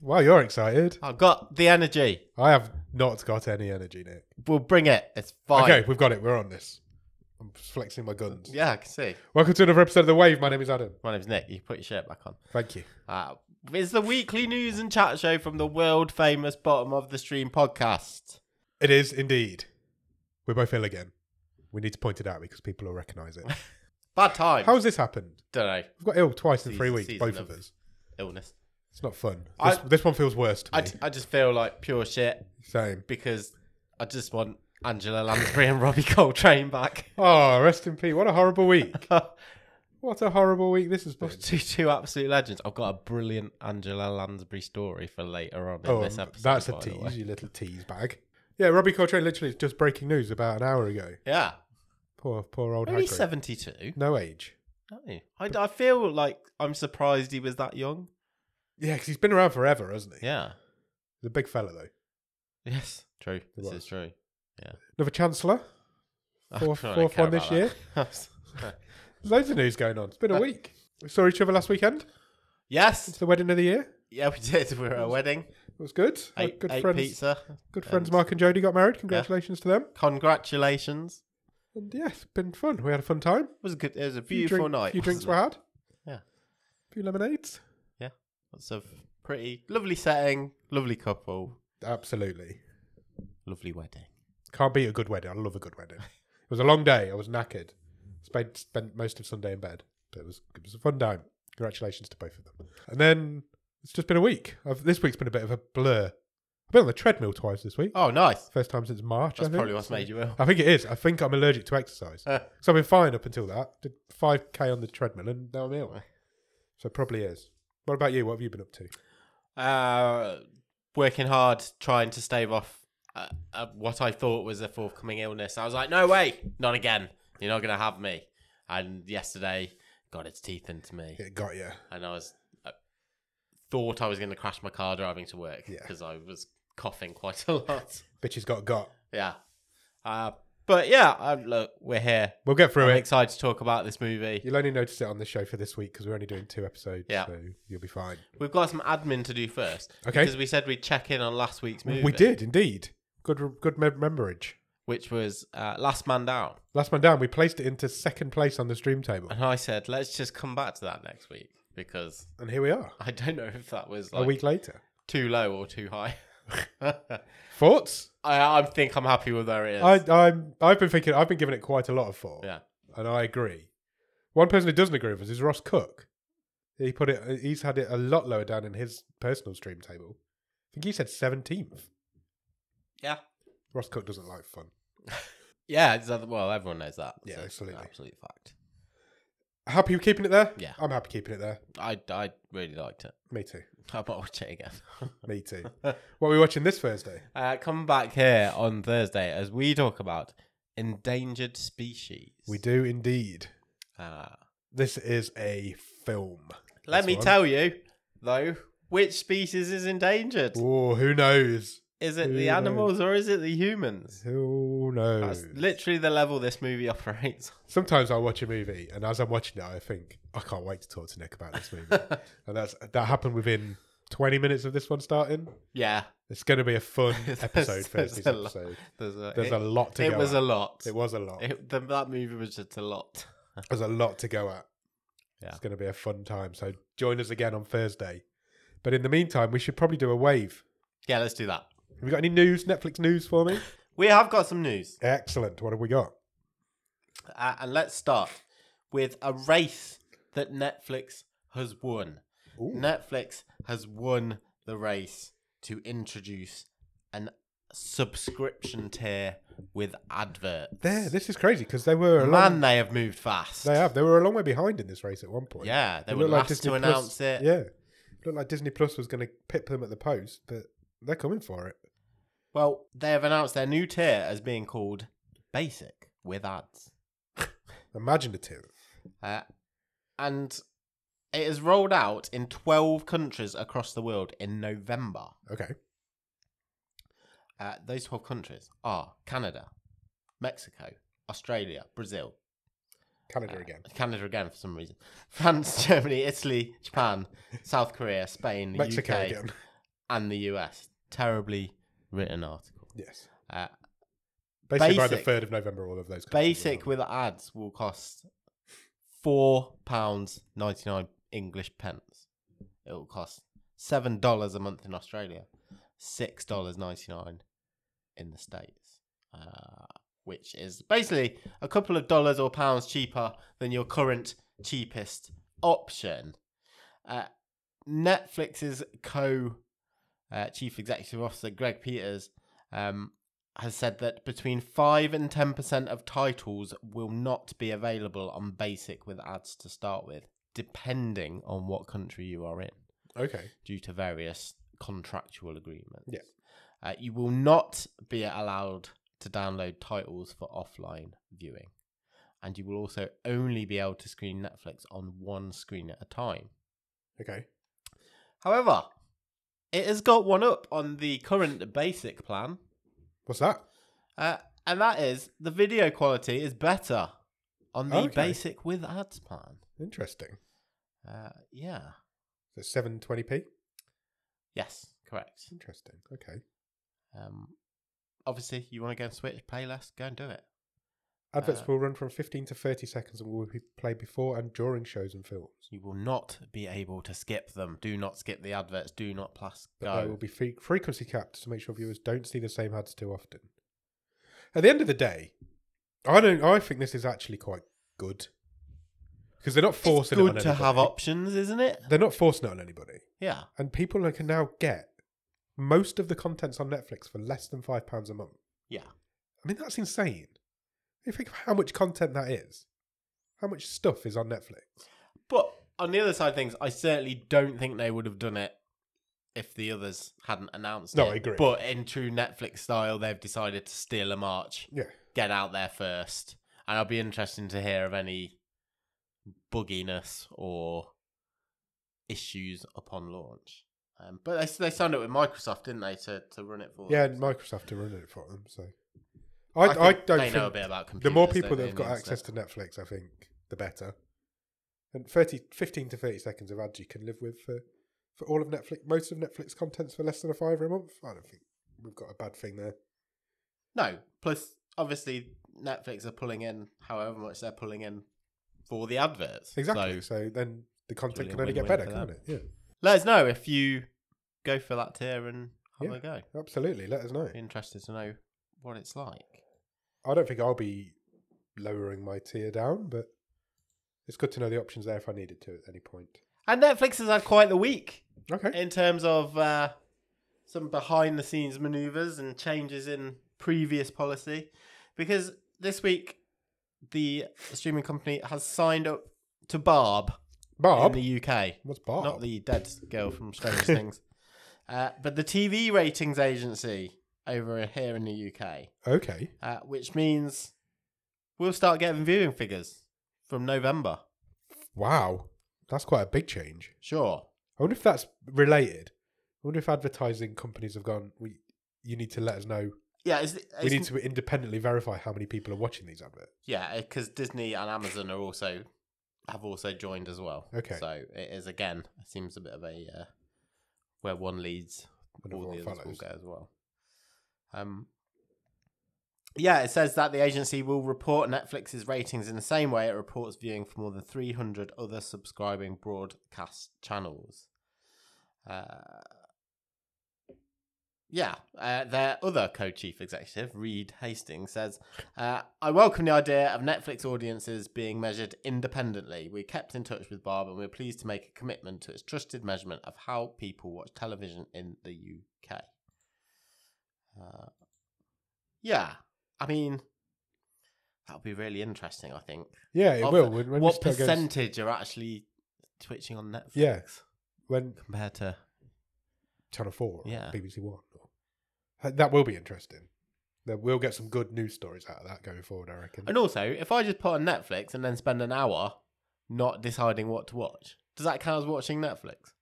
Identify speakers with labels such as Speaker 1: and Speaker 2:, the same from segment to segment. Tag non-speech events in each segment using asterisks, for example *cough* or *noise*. Speaker 1: Well, you're excited.
Speaker 2: I've got the energy.
Speaker 1: I have not got any energy, Nick.
Speaker 2: We'll bring it. It's fine.
Speaker 1: Okay, we've got it. We're on this. I'm flexing my guns.
Speaker 2: Yeah, I can see.
Speaker 1: Welcome to another episode of The Wave. My name is Adam.
Speaker 2: My name's Nick. You put your shirt back on.
Speaker 1: Thank you.
Speaker 2: Uh, it's the weekly news and chat show from the world famous Bottom of the Stream podcast.
Speaker 1: It is indeed. We're both ill again. We need to point it out because people will recognise it.
Speaker 2: *laughs* Bad time.
Speaker 1: How's this happened?
Speaker 2: Don't know.
Speaker 1: We've got ill twice in three
Speaker 2: Season-
Speaker 1: weeks,
Speaker 2: season
Speaker 1: both of
Speaker 2: of-
Speaker 1: us.
Speaker 2: Illness.
Speaker 1: It's not fun. This,
Speaker 2: I-
Speaker 1: this one feels worse to me.
Speaker 2: I, I just feel like pure shit
Speaker 1: Same.
Speaker 2: because I just want Angela Lansbury and Robbie Coltrane back. *laughs*
Speaker 1: Oh, rest in peace. What a horrible week.
Speaker 2: Those
Speaker 1: what a horrible week this has been.
Speaker 2: two, two absolute legends. I've got a brilliant Angela Lansbury story for later on in
Speaker 1: Oh,
Speaker 2: this episode.
Speaker 1: that's a
Speaker 2: by the way.
Speaker 1: tease, you little tease bag. Yeah, Robbie Coltrane literally is just breaking news about an hour ago.
Speaker 2: Yeah.
Speaker 1: Poor, poor old
Speaker 2: Only
Speaker 1: Hagrid.
Speaker 2: 72.
Speaker 1: No age.
Speaker 2: No. I, I feel like I'm surprised he was that young.
Speaker 1: Yeah, because he's been around forever, hasn't he?
Speaker 2: Yeah.
Speaker 1: He's a big fella, though.
Speaker 2: Yes. True. This
Speaker 1: was.
Speaker 2: is true.
Speaker 1: Another Chancellor.
Speaker 2: I
Speaker 1: Fourth-
Speaker 2: don't
Speaker 1: fourth
Speaker 2: care
Speaker 1: one this
Speaker 2: about
Speaker 1: year?
Speaker 2: that. *laughs*
Speaker 1: Loads of news going on. It's been a
Speaker 2: Uh,
Speaker 1: week. We saw each other last weekend. It's
Speaker 2: yes.
Speaker 1: the wedding of the year.
Speaker 2: Yeah, we did. We were at a wedding.
Speaker 1: It was good. Had
Speaker 2: Eight,
Speaker 1: good
Speaker 2: eight
Speaker 1: friends.
Speaker 2: pizza.
Speaker 1: Good friends.
Speaker 2: and-
Speaker 1: Mark and Jody got married. Congratulations to them.
Speaker 2: Congratulations.
Speaker 1: And yes, it's been fun. We had a fun time.
Speaker 2: It was a good. It was a
Speaker 1: Few
Speaker 2: beautiful
Speaker 1: drink-
Speaker 2: night.
Speaker 1: Few drinks
Speaker 2: wasn't
Speaker 1: were
Speaker 2: it?
Speaker 1: had.
Speaker 2: Yeah.
Speaker 1: Few lemonades.
Speaker 2: Lots of pretty, lovely setting, lovely couple,
Speaker 1: Absolutely.
Speaker 2: lovely wedding.
Speaker 1: Can't beat a good wedding. I love a good wedding. it was a long day. I was knackered. Spent spent most of Sunday in bed, but it was it was a fun time. Congratulations to both of them. And then it's just been a week. I've, this week's been a bit of a blur. I've been on the treadmill twice this week.
Speaker 2: Oh, nice.
Speaker 1: First time since March.
Speaker 2: That's
Speaker 1: I think.
Speaker 2: probably what's made you ill.
Speaker 1: I think it is. I think I'm allergic to exercise.
Speaker 2: Uh,
Speaker 1: So I've been fine up until that. Did 5k on the treadmill and now I'm ill. So it probably is. What about you? What have you been up to?
Speaker 2: uh, working hard, trying to stave off uh, uh, what I thought was a forthcoming illness. I was like, no way, not again. You're not going to have me. And yesterday got its teeth into me.
Speaker 1: It got you.
Speaker 2: And I was, I thought I was going to crash my car driving to work
Speaker 1: Yeah.
Speaker 2: because I was coughing quite a lot. *laughs*
Speaker 1: Bitches got got.
Speaker 2: yeah. Uh, but yeah, uh, look, we're here.
Speaker 1: We'll get through it.
Speaker 2: I'm excited to talk about this movie.
Speaker 1: You'll only notice it on this show for this week because we're only doing two episodes.
Speaker 2: Yeah.
Speaker 1: So you'll be fine.
Speaker 2: We've got some admin to do first.
Speaker 1: Okay.
Speaker 2: Because we said we'd check in on last week's movie.
Speaker 1: We did indeed. Good, good mem- memorage.
Speaker 2: Which was uh, Last Man Down.
Speaker 1: Last man down. We placed it into second place on the stream table,
Speaker 2: And I said, let's just come back to that next week because *laughs*
Speaker 1: and here we are.
Speaker 2: I don't know if that was
Speaker 1: A
Speaker 2: like
Speaker 1: week later.
Speaker 2: too low or too high. *laughs* I,
Speaker 1: Thoughts?
Speaker 2: I think I'm happy with where it is.
Speaker 1: I, I'm. I've been thinking. I've been giving it quite a lot of thought.
Speaker 2: Yeah.
Speaker 1: And I agree. One person who doesn't agree with us is Ross Cook. He put it. He's had it a lot lower down in his personal stream table. I think he said seventeenth.
Speaker 2: Yeah.
Speaker 1: Ross Cook doesn't like fun.
Speaker 2: Yeah, it's, other- well, everyone knows that.
Speaker 1: Yeah,
Speaker 2: So it's an
Speaker 1: absolutely.
Speaker 2: absolute fact.
Speaker 1: Happy you keeping it there?
Speaker 2: Yeah.
Speaker 1: I'm happy keeping it there.
Speaker 2: I, I really liked it. *laughs*
Speaker 1: Me too.
Speaker 2: I might watch it again. *laughs*
Speaker 1: Me too. what are we watching this Thursday?
Speaker 2: uh, come back here on Thursday as we talk about endangered species.
Speaker 1: We do indeed.
Speaker 2: Uh,
Speaker 1: This is a film.
Speaker 2: let
Speaker 1: That's
Speaker 2: me
Speaker 1: one.
Speaker 2: tell you, though, which species is endangered?
Speaker 1: Oh, who knows?
Speaker 2: Is it
Speaker 1: Who
Speaker 2: the
Speaker 1: knows?
Speaker 2: animals or is it the humans?
Speaker 1: Who knows?
Speaker 2: That's literally the level this movie *laughs* operates.
Speaker 1: Sometimes I watch a movie, and as I'm watching it, I think I can't wait to talk to Nick about this
Speaker 2: *laughs*
Speaker 1: movie.
Speaker 2: on.
Speaker 1: and that's that happened within 20 minutes of this one starting.
Speaker 2: yeah,
Speaker 1: It's going to be a fun
Speaker 2: *laughs* There's-
Speaker 1: episode.
Speaker 2: there's
Speaker 1: Thursday's
Speaker 2: a lot
Speaker 1: episode.
Speaker 2: there's a,
Speaker 1: There's
Speaker 2: it,
Speaker 1: a lot to
Speaker 2: it
Speaker 1: go.
Speaker 2: was
Speaker 1: at.
Speaker 2: a lot.
Speaker 1: It was a lot.
Speaker 2: It- the- that movie was just a lot.
Speaker 1: There's a lot to go at.
Speaker 2: Yeah.
Speaker 1: It's going to be a fun time. So join us again on Thursday. But in the meantime, we should probably do a wave.
Speaker 2: Yeah, let's do that.
Speaker 1: Have you got any news, Netflix news for me?
Speaker 2: We have got some news,
Speaker 1: Excellent. What have we got?
Speaker 2: uh, and let's start with a race that Netflix has won.
Speaker 1: Ooh.
Speaker 2: Netflix has won the race to introduce an subscription tier with adverts.
Speaker 1: There, this is crazy because they were a
Speaker 2: Man,
Speaker 1: long,
Speaker 2: they have moved fast.
Speaker 1: they have they were a long way behind in this race at one point.
Speaker 2: Yeah, they
Speaker 1: It
Speaker 2: were
Speaker 1: looked like
Speaker 2: last
Speaker 1: Disney
Speaker 2: to
Speaker 1: Plus-
Speaker 2: announce it.
Speaker 1: Yeah, looked like Disney Plus was going to pip them at the post, but they're coming for it.
Speaker 2: Well, they have announced their new tier as being called Basic with ads.
Speaker 1: Imaginative.
Speaker 2: Uh, and it is rolled out in 12 countries across the world in November.
Speaker 1: Okay,
Speaker 2: Uh, those 12 countries are Canada, Mexico, Australia, Brazil, uh,
Speaker 1: Canada again.
Speaker 2: Canada again for some *laughs* reason, France, Germany, Italy, Japan, South Korea, Spain,
Speaker 1: Mexico
Speaker 2: UK,
Speaker 1: again. *laughs*
Speaker 2: and the US. Terribly written article.
Speaker 1: Yes.
Speaker 2: Uh,
Speaker 1: Basically, by the
Speaker 2: Basic.
Speaker 1: 3rd of November, all of those. countries will
Speaker 2: basic
Speaker 1: have-
Speaker 2: with ads will cost four pounds ninety nine English pence. It will cost seven dollars a month in Australia, six dollars ninety nine in the states, uh, which is basically a couple of dollars or pounds cheaper than your current cheapest option. Uh, Netflix's co uh, chief executive officer Greg Peters um, has said that between 5 and 10% of titles will not be available on basic with ads to start with, depending on what country you are in,
Speaker 1: Okay.
Speaker 2: due to various contractual agreements.
Speaker 1: Yeah.
Speaker 2: Uh, you will not be allowed to download titles for offline viewing. And you will also only be able to screen Netflix on one screen at a time.
Speaker 1: Okay.
Speaker 2: However, it has got one up on the current basic plan.
Speaker 1: What's that?
Speaker 2: Uh, and that is the video quality is better on the
Speaker 1: Okay.
Speaker 2: basic with ads plan.
Speaker 1: Interesting.
Speaker 2: Uh, yeah.
Speaker 1: So 720p?
Speaker 2: Yes, correct.
Speaker 1: Interesting. Okay.
Speaker 2: Um, obviously, you want to go and switch, pay less, go and do it.
Speaker 1: Adverts
Speaker 2: Uh,
Speaker 1: will run from 15 to 30 seconds and will be played before and during shows and films.
Speaker 2: You will not be able to skip them. Do not skip the adverts. Do not plus
Speaker 1: But they will
Speaker 2: go.
Speaker 1: be fre- frequency capped to make sure viewers don't see the same ads too often. At the end of the day, I don't. I think this is actually quite good because they're not
Speaker 2: It's
Speaker 1: forcing. it
Speaker 2: good
Speaker 1: on
Speaker 2: to have
Speaker 1: anybody.
Speaker 2: options, isn't it?
Speaker 1: They're not forcing it on anybody,
Speaker 2: Yeah.
Speaker 1: and people can now get most of the contents on Netflix for less than five pounds a month.
Speaker 2: Yeah.
Speaker 1: I mean, that's insane. If you think of how much content that is, how much stuff is on Netflix.
Speaker 2: But on the other side of things, I certainly don't think they would have done it if the others hadn't announced
Speaker 1: No,
Speaker 2: it.
Speaker 1: I agree.
Speaker 2: But in true Netflix style, they've decided to steal a march.
Speaker 1: Yeah.
Speaker 2: get out there first. And I'll be interested to hear of any bugginess or issues upon launch. Um, but they they signed up with Microsoft, didn't they, to, to run it for
Speaker 1: Yeah,
Speaker 2: them?
Speaker 1: and Microsoft are running it for them. So I, I,
Speaker 2: think
Speaker 1: don't
Speaker 2: they
Speaker 1: think
Speaker 2: know a bit about computers.
Speaker 1: the more people
Speaker 2: don't
Speaker 1: that
Speaker 2: they,
Speaker 1: have got
Speaker 2: and the
Speaker 1: access
Speaker 2: internet?
Speaker 1: to Netflix, I think, the better. And 30, 15 to 30 seconds of ads you can live with for, for all of Netflix, most of Netflix contents for less than a fiver a month. I don't think we've got a bad thing there.
Speaker 2: No, plus obviously Netflix are pulling in however much they're pulling in for the adverts.
Speaker 1: Exactly.
Speaker 2: So
Speaker 1: So, then the content
Speaker 2: really
Speaker 1: can only get
Speaker 2: win-win
Speaker 1: better,
Speaker 2: for
Speaker 1: can't
Speaker 2: them.
Speaker 1: it? Yeah,
Speaker 2: let us know if you go for that tier and have
Speaker 1: Yeah.
Speaker 2: a go.
Speaker 1: absolutely. Let us know.
Speaker 2: Be interested to know what it's like.
Speaker 1: I don't think I'll be lowering my tier down, but it's good to know the options there if I needed to at any point.
Speaker 2: And Netflix has had quite the week.
Speaker 1: Okay.
Speaker 2: in terms of uh, some behind the scenes maneuvers and changes in previous policy because this week the streaming company has signed up to Barb,
Speaker 1: Barb.
Speaker 2: in the UK,
Speaker 1: What's Barb?
Speaker 2: not the dead girl from
Speaker 1: *laughs*
Speaker 2: Stranger Things, uh, but the TV ratings agency over here in the UK,
Speaker 1: okay.
Speaker 2: uh, which means we'll start getting viewing figures from November.
Speaker 1: Wow. That's quite a big change.
Speaker 2: Sure.
Speaker 1: I wonder if that's related. I wonder if advertising companies have gone. We you need to let us know.
Speaker 2: Yeah, it's,
Speaker 1: we
Speaker 2: it's
Speaker 1: need to independently verify how many people are watching these adverts.
Speaker 2: Yeah, because Disney and Amazon are also have also joined as well.
Speaker 1: Okay.
Speaker 2: so it is again it seems a bit of a uh, where one leads,
Speaker 1: When
Speaker 2: all the
Speaker 1: everyone
Speaker 2: others will
Speaker 1: follows.
Speaker 2: go as well. Um, yeah, it says that the agency will report Netflix's ratings in the same way it reports viewing for more than three hundred other subscribing broadcast channels. Uh, yeah, uh, their other co chief executive, Reed Hastings, says, uh, I welcome the idea of Netflix audiences being measured independently. We kept in touch with Barb and we're pleased to make a commitment to its trusted measurement of how people watch television in the UK. Uh, yeah, I mean, that'll be really interesting, I think.
Speaker 1: Yeah, it
Speaker 2: Of
Speaker 1: will.
Speaker 2: the-
Speaker 1: When, when
Speaker 2: what
Speaker 1: you start going-
Speaker 2: percentage are actually twitching on Netflix
Speaker 1: Yeah. when
Speaker 2: compared to.
Speaker 1: Channel Four, or
Speaker 2: Yeah.
Speaker 1: BBC One, or, that will be interesting. That we'll get some good news stories out of that going forward. I reckon.
Speaker 2: And also, if I just put on Netflix and then spend an hour not deciding what to watch, does that count as watching Netflix?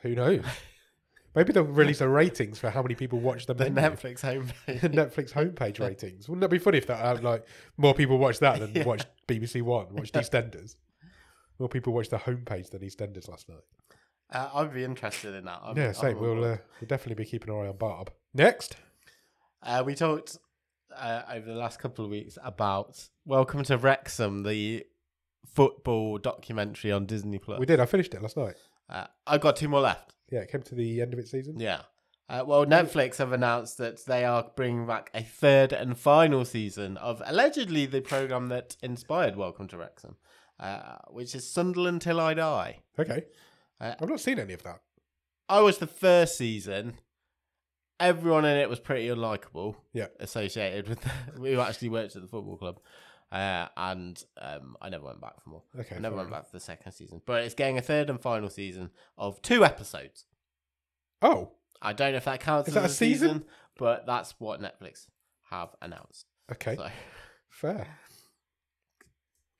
Speaker 1: Who
Speaker 2: *laughs*
Speaker 1: knows? Maybe they'll release the ratings for how many people watch the
Speaker 2: The
Speaker 1: menu.
Speaker 2: Netflix
Speaker 1: *laughs*
Speaker 2: homepage.
Speaker 1: Netflix homepage ratings. Wouldn't that be funny if that uh, like more people watch that than
Speaker 2: *laughs* Yeah.
Speaker 1: watch
Speaker 2: *laughs*
Speaker 1: BBC One, watch EastEnders? More people watched the homepage than EastEnders last night.
Speaker 2: Uh, I'd be interested in that. I'm,
Speaker 1: yeah,
Speaker 2: I'm
Speaker 1: same.
Speaker 2: on
Speaker 1: We'll, uh,
Speaker 2: board.
Speaker 1: we'll definitely be keeping an eye on Barb. Next.
Speaker 2: Uh, we talked uh, over the last couple of weeks about Welcome to Wrexham, the football documentary on Disney Plus.
Speaker 1: We did. I finished it last night.
Speaker 2: Uh, I've got two more left.
Speaker 1: Yeah, it came to the end of its season.
Speaker 2: Yeah. Uh, well, Netflix have announced that they are bringing back a third and final season of allegedly the program that inspired Welcome to Wrexham, uh, which is Sunderland Till I Die.
Speaker 1: Okay.
Speaker 2: Uh,
Speaker 1: I've not seen any of that.
Speaker 2: I was the first season. Everyone in it was pretty unlikable.
Speaker 1: Yeah.
Speaker 2: Associated with *laughs* who actually worked at the football club. Uh, and um, I never went back for more.
Speaker 1: Okay.
Speaker 2: I never
Speaker 1: fair
Speaker 2: went
Speaker 1: enough.
Speaker 2: back for the second season. But it's getting a third and final season of two episodes.
Speaker 1: Oh,
Speaker 2: I don't know if that counts
Speaker 1: Is
Speaker 2: as
Speaker 1: that a season?
Speaker 2: but that's what Netflix have announced.
Speaker 1: okay.
Speaker 2: So *laughs*
Speaker 1: Fair.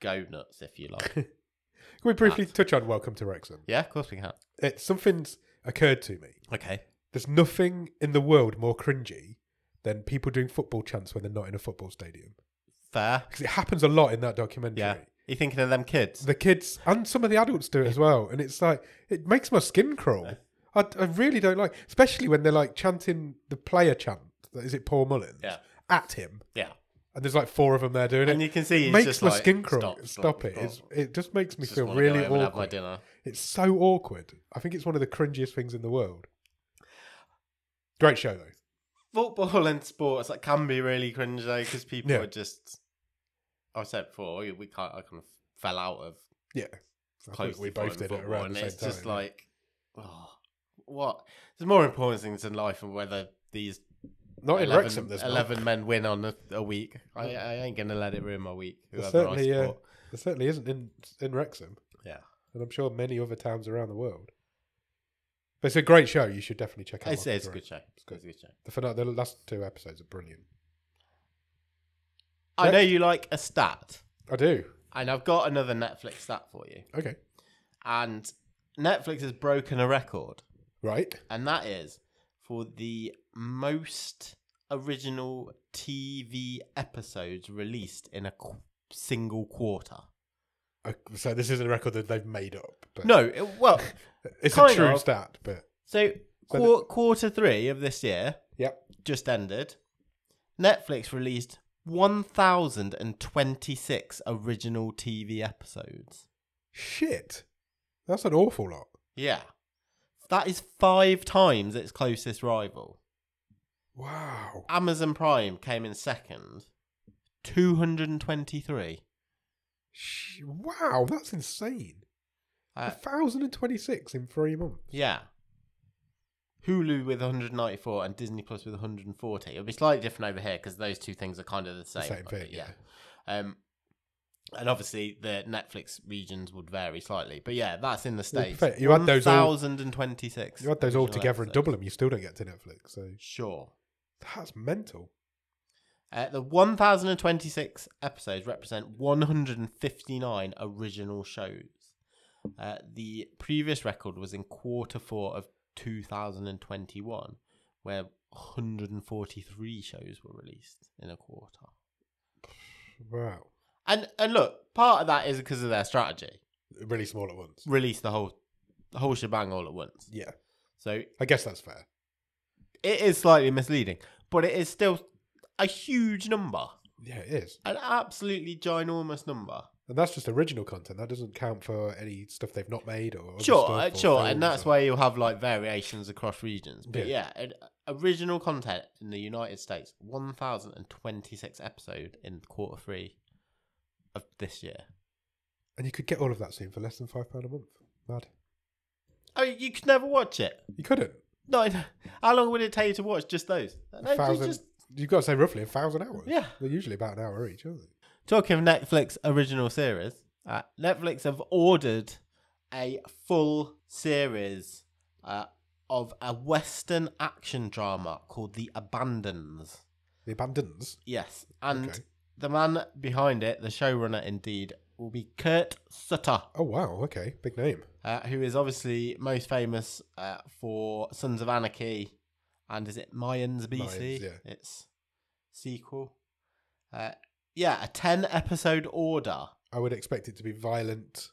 Speaker 2: go nuts if you like. *laughs*
Speaker 1: Can we briefly touch on Welcome to Wrexham?
Speaker 2: yeah, of course we can.
Speaker 1: It, something's occurred to me.
Speaker 2: Okay.
Speaker 1: There's nothing in the world more cringy than people doing football chants when they're not in a football stadium.
Speaker 2: Fair.
Speaker 1: Because it happens a lot in that documentary.
Speaker 2: Yeah. You thinking of them kids?
Speaker 1: The kids and some of the adults do it as well. And it's like, it makes my skin crawl. I, I really don't like, especially when they're like chanting the player chant. Is it Paul Mullins?
Speaker 2: Yeah.
Speaker 1: At him.
Speaker 2: Yeah.
Speaker 1: And there's like four of them there doing
Speaker 2: And
Speaker 1: it.
Speaker 2: you can see
Speaker 1: It
Speaker 2: it's
Speaker 1: makes
Speaker 2: just
Speaker 1: my
Speaker 2: like,
Speaker 1: skin crawl.
Speaker 2: Stop,
Speaker 1: Stop, it. It's,
Speaker 2: stop.
Speaker 1: it just makes me
Speaker 2: Just
Speaker 1: feel
Speaker 2: wanna go
Speaker 1: really
Speaker 2: home and have my
Speaker 1: awkward.
Speaker 2: dinner.
Speaker 1: It's so awkward. I think it's one of the cringiest things in the world. Great show though.
Speaker 2: Football and sports that can be really cringe though because people
Speaker 1: Yeah.
Speaker 2: are just. I said before we we can't. I kind of fell out of
Speaker 1: Yeah. I
Speaker 2: close.
Speaker 1: think we both did it around
Speaker 2: and
Speaker 1: the same
Speaker 2: it's
Speaker 1: time.
Speaker 2: just like, oh, what? There's more important things in life, and whether these
Speaker 1: not in
Speaker 2: 11,
Speaker 1: Wrexham. There's, 11
Speaker 2: 11 men win on a, a week. I, I ain't going to let it ruin my week.
Speaker 1: There's
Speaker 2: Whoever I
Speaker 1: certainly, uh,
Speaker 2: support.
Speaker 1: there certainly isn't in in Wrexham,
Speaker 2: yeah.
Speaker 1: and I'm sure many other towns around the world. But it's a great show. You should definitely check out.
Speaker 2: It's,
Speaker 1: Welcome
Speaker 2: it's
Speaker 1: to
Speaker 2: a good
Speaker 1: Wrexham.
Speaker 2: show. It's
Speaker 1: good.
Speaker 2: a good show.
Speaker 1: The, fina- the last two episodes are brilliant.
Speaker 2: I know you like a stat,
Speaker 1: I do.
Speaker 2: and I've got another Netflix stat for you.
Speaker 1: Okay.
Speaker 2: And Netflix has broken a record,
Speaker 1: Right.
Speaker 2: and that is for the most original TV episodes released in a qu- single quarter.
Speaker 1: Uh, So this isn't a record that they've made up. But
Speaker 2: No, it- well,
Speaker 1: *laughs* it's a
Speaker 2: kind
Speaker 1: true
Speaker 2: of.
Speaker 1: stat. But
Speaker 2: so quar quarter three of this year,
Speaker 1: yep.
Speaker 2: just ended, Netflix released 1,026 original TV episodes.
Speaker 1: Shit. That's an awful lot.
Speaker 2: Yeah. That is five times its closest rival.
Speaker 1: Wow.
Speaker 2: Amazon Prime came in second, 223.
Speaker 1: Sh- Wow, that's insane.
Speaker 2: Uh,
Speaker 1: 1,026 in three months.
Speaker 2: yeah. Hulu with 194 and Disney Plus with 140. It'll be slightly different over here because those two things are kind of the same.
Speaker 1: same
Speaker 2: but
Speaker 1: thing, yeah.
Speaker 2: Um, and obviously the Netflix regions would vary slightly, but yeah, that's in the states.
Speaker 1: fair. You had those all-
Speaker 2: 1026.
Speaker 1: You add those all
Speaker 2: original
Speaker 1: together and
Speaker 2: episodes.
Speaker 1: double them, you still don't get to Netflix. So
Speaker 2: Sure.
Speaker 1: that's mental.
Speaker 2: Uh, the 1026 episodes represent 159 original shows. Uh, the previous record was in quarter four of 2021, where 143 shows were released in a quarter.
Speaker 1: Wow.
Speaker 2: And and look, part of that is because of their strategy:
Speaker 1: Really small at once.
Speaker 2: release the whole the whole shebang all at once.
Speaker 1: Yeah.
Speaker 2: So
Speaker 1: I guess that's fair.
Speaker 2: it is slightly misleading, but it is still a huge number,
Speaker 1: Yeah, it is.
Speaker 2: an absolutely ginormous number.
Speaker 1: And that's just original content. That doesn't count for any stuff they've not made or. other
Speaker 2: Sure,
Speaker 1: stuff
Speaker 2: uh,
Speaker 1: or
Speaker 2: sure, and
Speaker 1: films
Speaker 2: that's
Speaker 1: or-
Speaker 2: why you'll have like variations across regions. But yeah,
Speaker 1: Yeah.
Speaker 2: and original content in the United States, one thousand and twenty-six episode in quarter three of this year.
Speaker 1: And you could get all of that soon for less than £5 a month. Mad.
Speaker 2: I mean, you could never watch it.
Speaker 1: You couldn't.
Speaker 2: No, I- how long would it take you to watch just those? No,
Speaker 1: A
Speaker 2: just-
Speaker 1: thousand.
Speaker 2: just-
Speaker 1: You've got to say roughly a thousand hours.
Speaker 2: Yeah.
Speaker 1: They're usually about an hour each, aren't they?
Speaker 2: talking of Netflix original series, uh, Netflix have ordered a full series uh, of a Western action drama called The Abandons.
Speaker 1: The abandons.
Speaker 2: Yes, and
Speaker 1: Okay.
Speaker 2: the man behind it, the showrunner indeed, will be Kurt Sutter,
Speaker 1: Oh, wow. Okay. Big name.
Speaker 2: uh, who is obviously most famous uh, for Sons of Anarchy, and is it Mayans BC?
Speaker 1: Mayans, yeah.
Speaker 2: It's sequel. Uh, yeah, a ten episode order.
Speaker 1: I would expect it to be violent,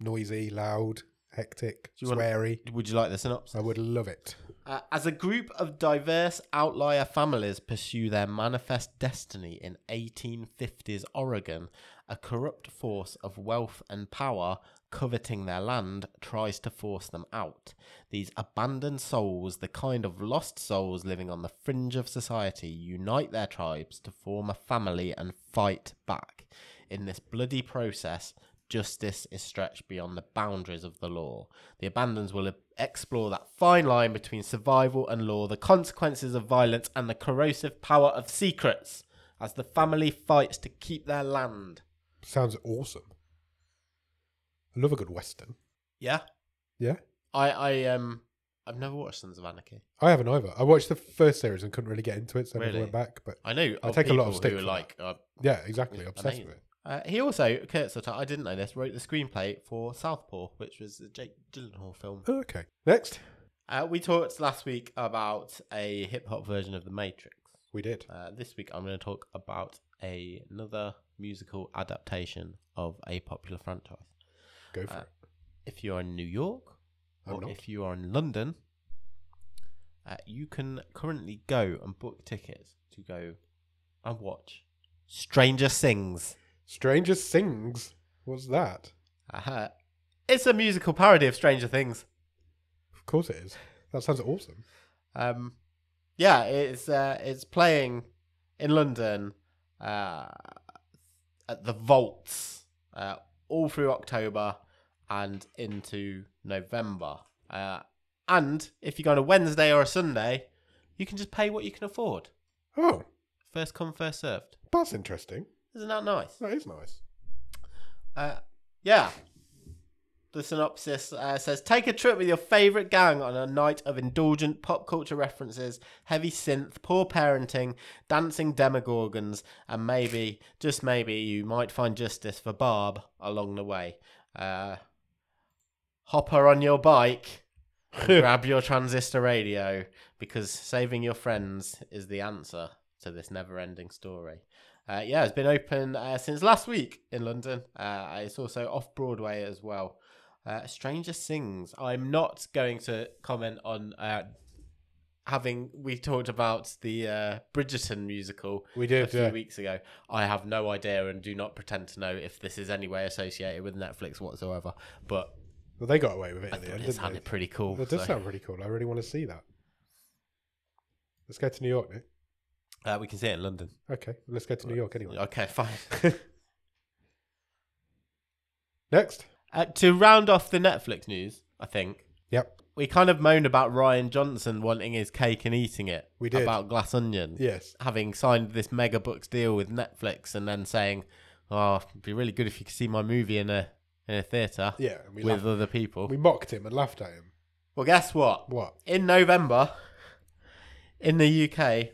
Speaker 1: noisy, loud, hectic,
Speaker 2: you want-
Speaker 1: sweary.
Speaker 2: Would you like the synopsis?
Speaker 1: I would love it.
Speaker 2: Uh, as a group of diverse outlier families pursue their manifest destiny in 1850s Oregon, a corrupt force of wealth and power coveting their land tries to force them out. These abandoned souls, the kind of lost souls living on the fringe of society, unite their tribes to form a family and fight back. In this bloody process, justice is stretched beyond the boundaries of the law. The Abandons will explore that fine line between survival and law, the consequences of violence, and the corrosive power of secrets as the family fights to keep their land.
Speaker 1: Sounds awesome. I love a good western.
Speaker 2: Yeah,
Speaker 1: Yeah,
Speaker 2: I, I, um, I've never watched Sons of Anarchy.
Speaker 1: I haven't either. I watched the first series and couldn't really get into it, so I never
Speaker 2: Really?
Speaker 1: went back. But
Speaker 2: I know
Speaker 1: I
Speaker 2: of
Speaker 1: take a lot
Speaker 2: people
Speaker 1: of stick
Speaker 2: who are
Speaker 1: for
Speaker 2: like. Uh,
Speaker 1: yeah, exactly.
Speaker 2: It's
Speaker 1: Obsessed
Speaker 2: amazing.
Speaker 1: with it.
Speaker 2: uh, he also, Kurt Sutter, I didn't know this, wrote the screenplay for Southpaw, which was a Jake Gyllenhaal film.
Speaker 1: Okay, next
Speaker 2: Uh, we talked last week about a hip hop version of The Matrix.
Speaker 1: we did.
Speaker 2: Uh, this week, I'm going to talk about a, another musical adaptation of a popular franchise.
Speaker 1: Go for
Speaker 2: Uh,
Speaker 1: it.
Speaker 2: If you're in New York,
Speaker 1: I'm
Speaker 2: or
Speaker 1: not.
Speaker 2: if you are in London, uh, you can currently go and book tickets to go and watch Stranger Sings.
Speaker 1: Stranger Sings. What's that?
Speaker 2: Uh-huh. It's a musical parody of Stranger Things.
Speaker 1: Of course it is. That sounds awesome.
Speaker 2: Um, yeah, it's uh, it's playing in London uh, at the Vaults uh, all through October and into November. Uh, and if you go on a Wednesday or a Sunday, you can just pay what you can afford.
Speaker 1: Oh,
Speaker 2: First come, first served.
Speaker 1: that's interesting.
Speaker 2: Isn't that nice?
Speaker 1: That is nice.
Speaker 2: Uh, yeah. The synopsis uh, says Take a trip with your favourite gang on a night of indulgent pop culture references, heavy synth, poor parenting, dancing demogorgons, and maybe, just maybe, you might find justice for Barb along the way. Uh, hop her on
Speaker 1: *laughs*
Speaker 2: your bike, and grab your transistor radio, because saving your friends is the answer to this never ending story. Uh, yeah, it's been open uh, since last week in London. Uh, it's also off Broadway as well. Uh, Stranger Things. I'm not going to comment on uh, having we talked about the uh, Bridgerton musical
Speaker 1: We
Speaker 2: a
Speaker 1: did.
Speaker 2: few
Speaker 1: Yeah.
Speaker 2: weeks ago. I have no idea and do not pretend to know if this is any way associated with Netflix whatsoever. But
Speaker 1: Well, they got away with it
Speaker 2: I
Speaker 1: at the
Speaker 2: thought
Speaker 1: end,
Speaker 2: it
Speaker 1: didn't
Speaker 2: sounded
Speaker 1: they?
Speaker 2: pretty cool.
Speaker 1: That does
Speaker 2: so,
Speaker 1: sound pretty cool. I really want to see that. Let's go to New York, Nick.
Speaker 2: uh, we can see it in London.
Speaker 1: Okay, let's go to New York anyway.
Speaker 2: Okay, *laughs* fine.
Speaker 1: *laughs* Next.
Speaker 2: Uh, to round off the Netflix news, I think
Speaker 1: Yep.
Speaker 2: we kind of moan about Ryan Johnson wanting his cake and eating it.
Speaker 1: We did.
Speaker 2: about Glass Onion
Speaker 1: Yes.
Speaker 2: having signed this mega books deal with Netflix, and then saying, "Oh, it'd be really good if you could see my movie in a in a theater
Speaker 1: Yeah. And we,
Speaker 2: with
Speaker 1: laughed-
Speaker 2: other people."
Speaker 1: we mocked him and laughed at him.
Speaker 2: Well, guess what?
Speaker 1: What?
Speaker 2: in November in the UK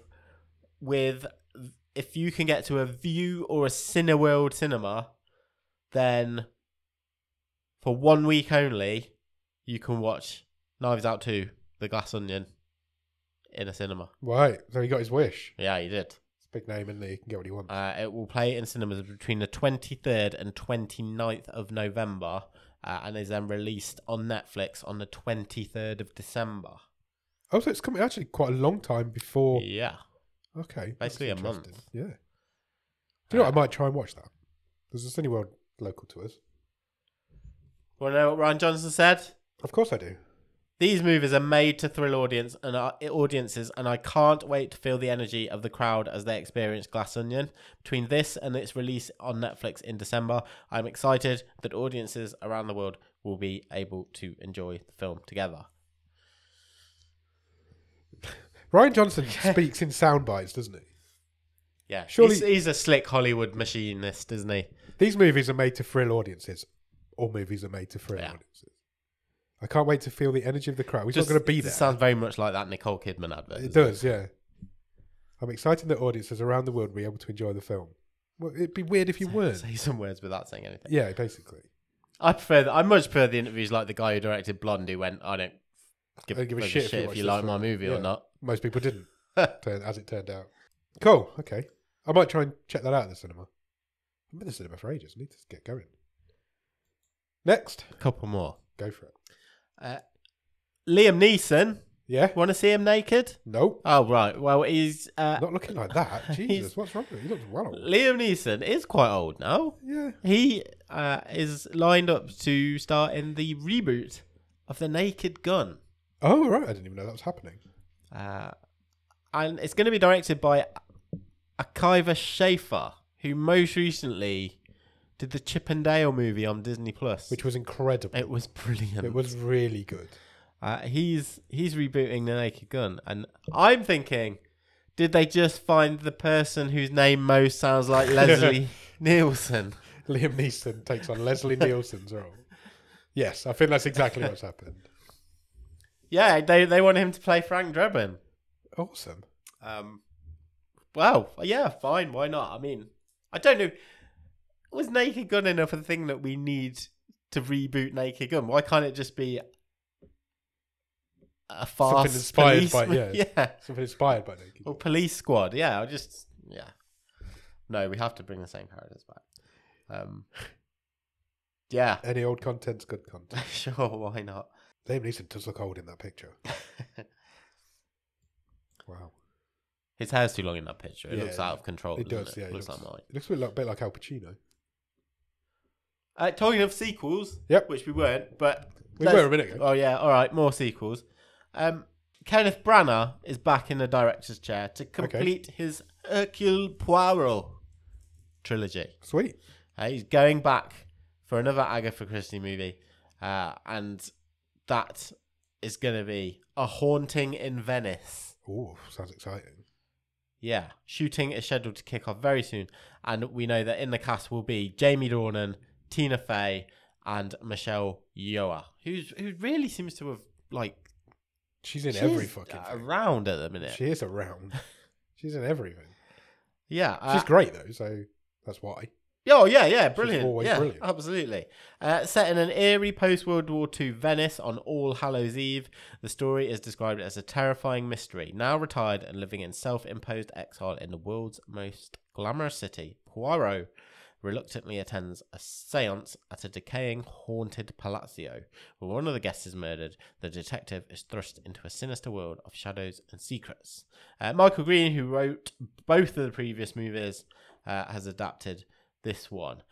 Speaker 2: with if you can get to a view or a Cineworld cinema, then for one week only you can watch Knives Out 2, The Glass Onion in a cinema.
Speaker 1: Right. So he got his wish.
Speaker 2: Yeah, you did.
Speaker 1: It's a big name, isn't he? He can get what he wants.
Speaker 2: Uh, it will play in cinemas between the 23rd and 29th of November uh, and is then released on Netflix on the 23rd of December.
Speaker 1: oh, so it's coming actually quite a long time before.
Speaker 2: Yeah.
Speaker 1: Okay. that's
Speaker 2: Basically a month.
Speaker 1: interesting. Yeah. Do you know what? I might try and watch that. There's a Cineworld local to us.
Speaker 2: Want to know what Ryan Johnson said?
Speaker 1: Of course I do.
Speaker 2: These movies are made to thrill audience and are audiences, and I can't wait to feel the energy of the crowd as they experience Glass Onion. Between this and its release on Netflix in December, I'm excited that audiences around the world will be able to enjoy the film together.
Speaker 1: Ryan
Speaker 2: *laughs*
Speaker 1: Johnson speaks in sound bites, doesn't he?
Speaker 2: Yeah,
Speaker 1: Surely-
Speaker 2: he's, he's a slick Hollywood machinist, isn't he?
Speaker 1: These movies are made to thrill audiences. All movies are made to thrill
Speaker 2: Yeah.
Speaker 1: audiences. I can't wait to feel the energy of the crowd. We're
Speaker 2: Just-
Speaker 1: not going to be
Speaker 2: it
Speaker 1: there.
Speaker 2: Sounds very much like that Nicole Kidman advert.
Speaker 1: it
Speaker 2: doesn't
Speaker 1: does, yeah. I'm excited that audiences around the world will be able to enjoy the film. Well, it'd be weird if you weren't.
Speaker 2: *laughs* Say some words without saying anything.
Speaker 1: Yeah, basically.
Speaker 2: I prefer. The, I much prefer the interviews like the guy who directed Blonde, who went, "I don't give,
Speaker 1: don't
Speaker 2: give a shit,
Speaker 1: you
Speaker 2: if,
Speaker 1: watch
Speaker 2: you
Speaker 1: this
Speaker 2: like my
Speaker 1: film."
Speaker 2: movie
Speaker 1: Yeah.
Speaker 2: or not."
Speaker 1: Most people didn't, turn- as it turned out. Cool, okay. I might try and check that out at the cinema. I've been in the cinema for ages. I need to get going. Next.
Speaker 2: A couple more.
Speaker 1: Go for it.
Speaker 2: Uh, Liam Neeson.
Speaker 1: Yeah?
Speaker 2: Want to see him naked?
Speaker 1: Nope.
Speaker 2: Oh right. Well, he's uh,
Speaker 1: Not looking like that. Jesus, what's wrong with you? He looks well old.
Speaker 2: Liam Neeson is quite old now.
Speaker 1: Yeah.
Speaker 2: He uh, is lined up to star in the reboot of The Naked Gun,
Speaker 1: Oh, right. I didn't even know that was happening.
Speaker 2: uh, and it's going to be directed by Akiva Schaffer, who most recently did the Chip and Dale movie on Disney Plus.
Speaker 1: Which was incredible.
Speaker 2: it was brilliant.
Speaker 1: It was really good.
Speaker 2: Uh, he's he's rebooting the Naked Gun, and I'm thinking, did they just find the person whose name most sounds
Speaker 1: *laughs*
Speaker 2: like Leslie Nielsen?
Speaker 1: Liam Neeson takes on Leslie Nielsen's role. Yes, I think that's exactly what's happened.
Speaker 2: Yeah, they they want him to play Frank Drebin.
Speaker 1: Awesome.
Speaker 2: Um, well, yeah, fine. Why not? I mean, I don't know. Was Naked Gun enough a thing that we need to reboot Naked Gun? Why can't it just be a fast
Speaker 1: inspired by-
Speaker 2: policeman? *laughs*
Speaker 1: yeah.
Speaker 2: yeah.
Speaker 1: Something inspired by Naked.
Speaker 2: Well, police squad. Yeah, I just yeah. No, we have to bring the same characters back. Um, *laughs* yeah, *laughs*
Speaker 1: Any old content's good content.
Speaker 2: sure. Why not?
Speaker 1: Liam Neeson does look old in that
Speaker 2: *laughs*
Speaker 1: picture. wow.
Speaker 2: His hair's too long in that picture. It
Speaker 1: Yeah,
Speaker 2: looks out of control.
Speaker 1: It
Speaker 2: doesn't
Speaker 1: does,
Speaker 2: It?
Speaker 1: yeah. It
Speaker 2: Oh, looks,
Speaker 1: looks,
Speaker 2: like mine.
Speaker 1: it looks a bit like, bit like Al Pacino.
Speaker 2: Uh, talking of sequels,
Speaker 1: Yep.
Speaker 2: which we weren't, but
Speaker 1: We
Speaker 2: let's-
Speaker 1: were a minute ago.
Speaker 2: Oh yeah, all right, more sequels. Um, Kenneth Branagh is back in the director's chair to complete his Hercule Poirot trilogy.
Speaker 1: Sweet.
Speaker 2: Uh, he's going back for another Agatha Christie movie, uh, and that is going to be a haunting in Venice.
Speaker 1: Ooh, sounds exciting.
Speaker 2: Yeah, shooting is scheduled to kick off very soon, and we know that in the cast will be Jamie Dornan, Tina Fey, and Michelle Yeoh, who's who really seems to have like
Speaker 1: She's in
Speaker 2: she
Speaker 1: every
Speaker 2: is
Speaker 1: fucking thing.
Speaker 2: around at the minute.
Speaker 1: She is around.
Speaker 2: *laughs*
Speaker 1: She's in everything.
Speaker 2: yeah, uh,
Speaker 1: She's great, though, so that's why.
Speaker 2: Oh yeah, yeah, brilliant.
Speaker 1: always
Speaker 2: yeah,
Speaker 1: brilliant.
Speaker 2: absolutely. Uh, set in an eerie post World War II Venice on All Hallows Eve, the story is described as a terrifying mystery. Now retired and living in self-imposed exile in the world's most glamorous city, Poirot reluctantly attends a séance at a decaying, haunted palazzo, where one of the guests is murdered. The detective is thrust into a sinister world of shadows and secrets. Uh, Michael Green, who wrote both of the previous movies, uh, has adapted this one.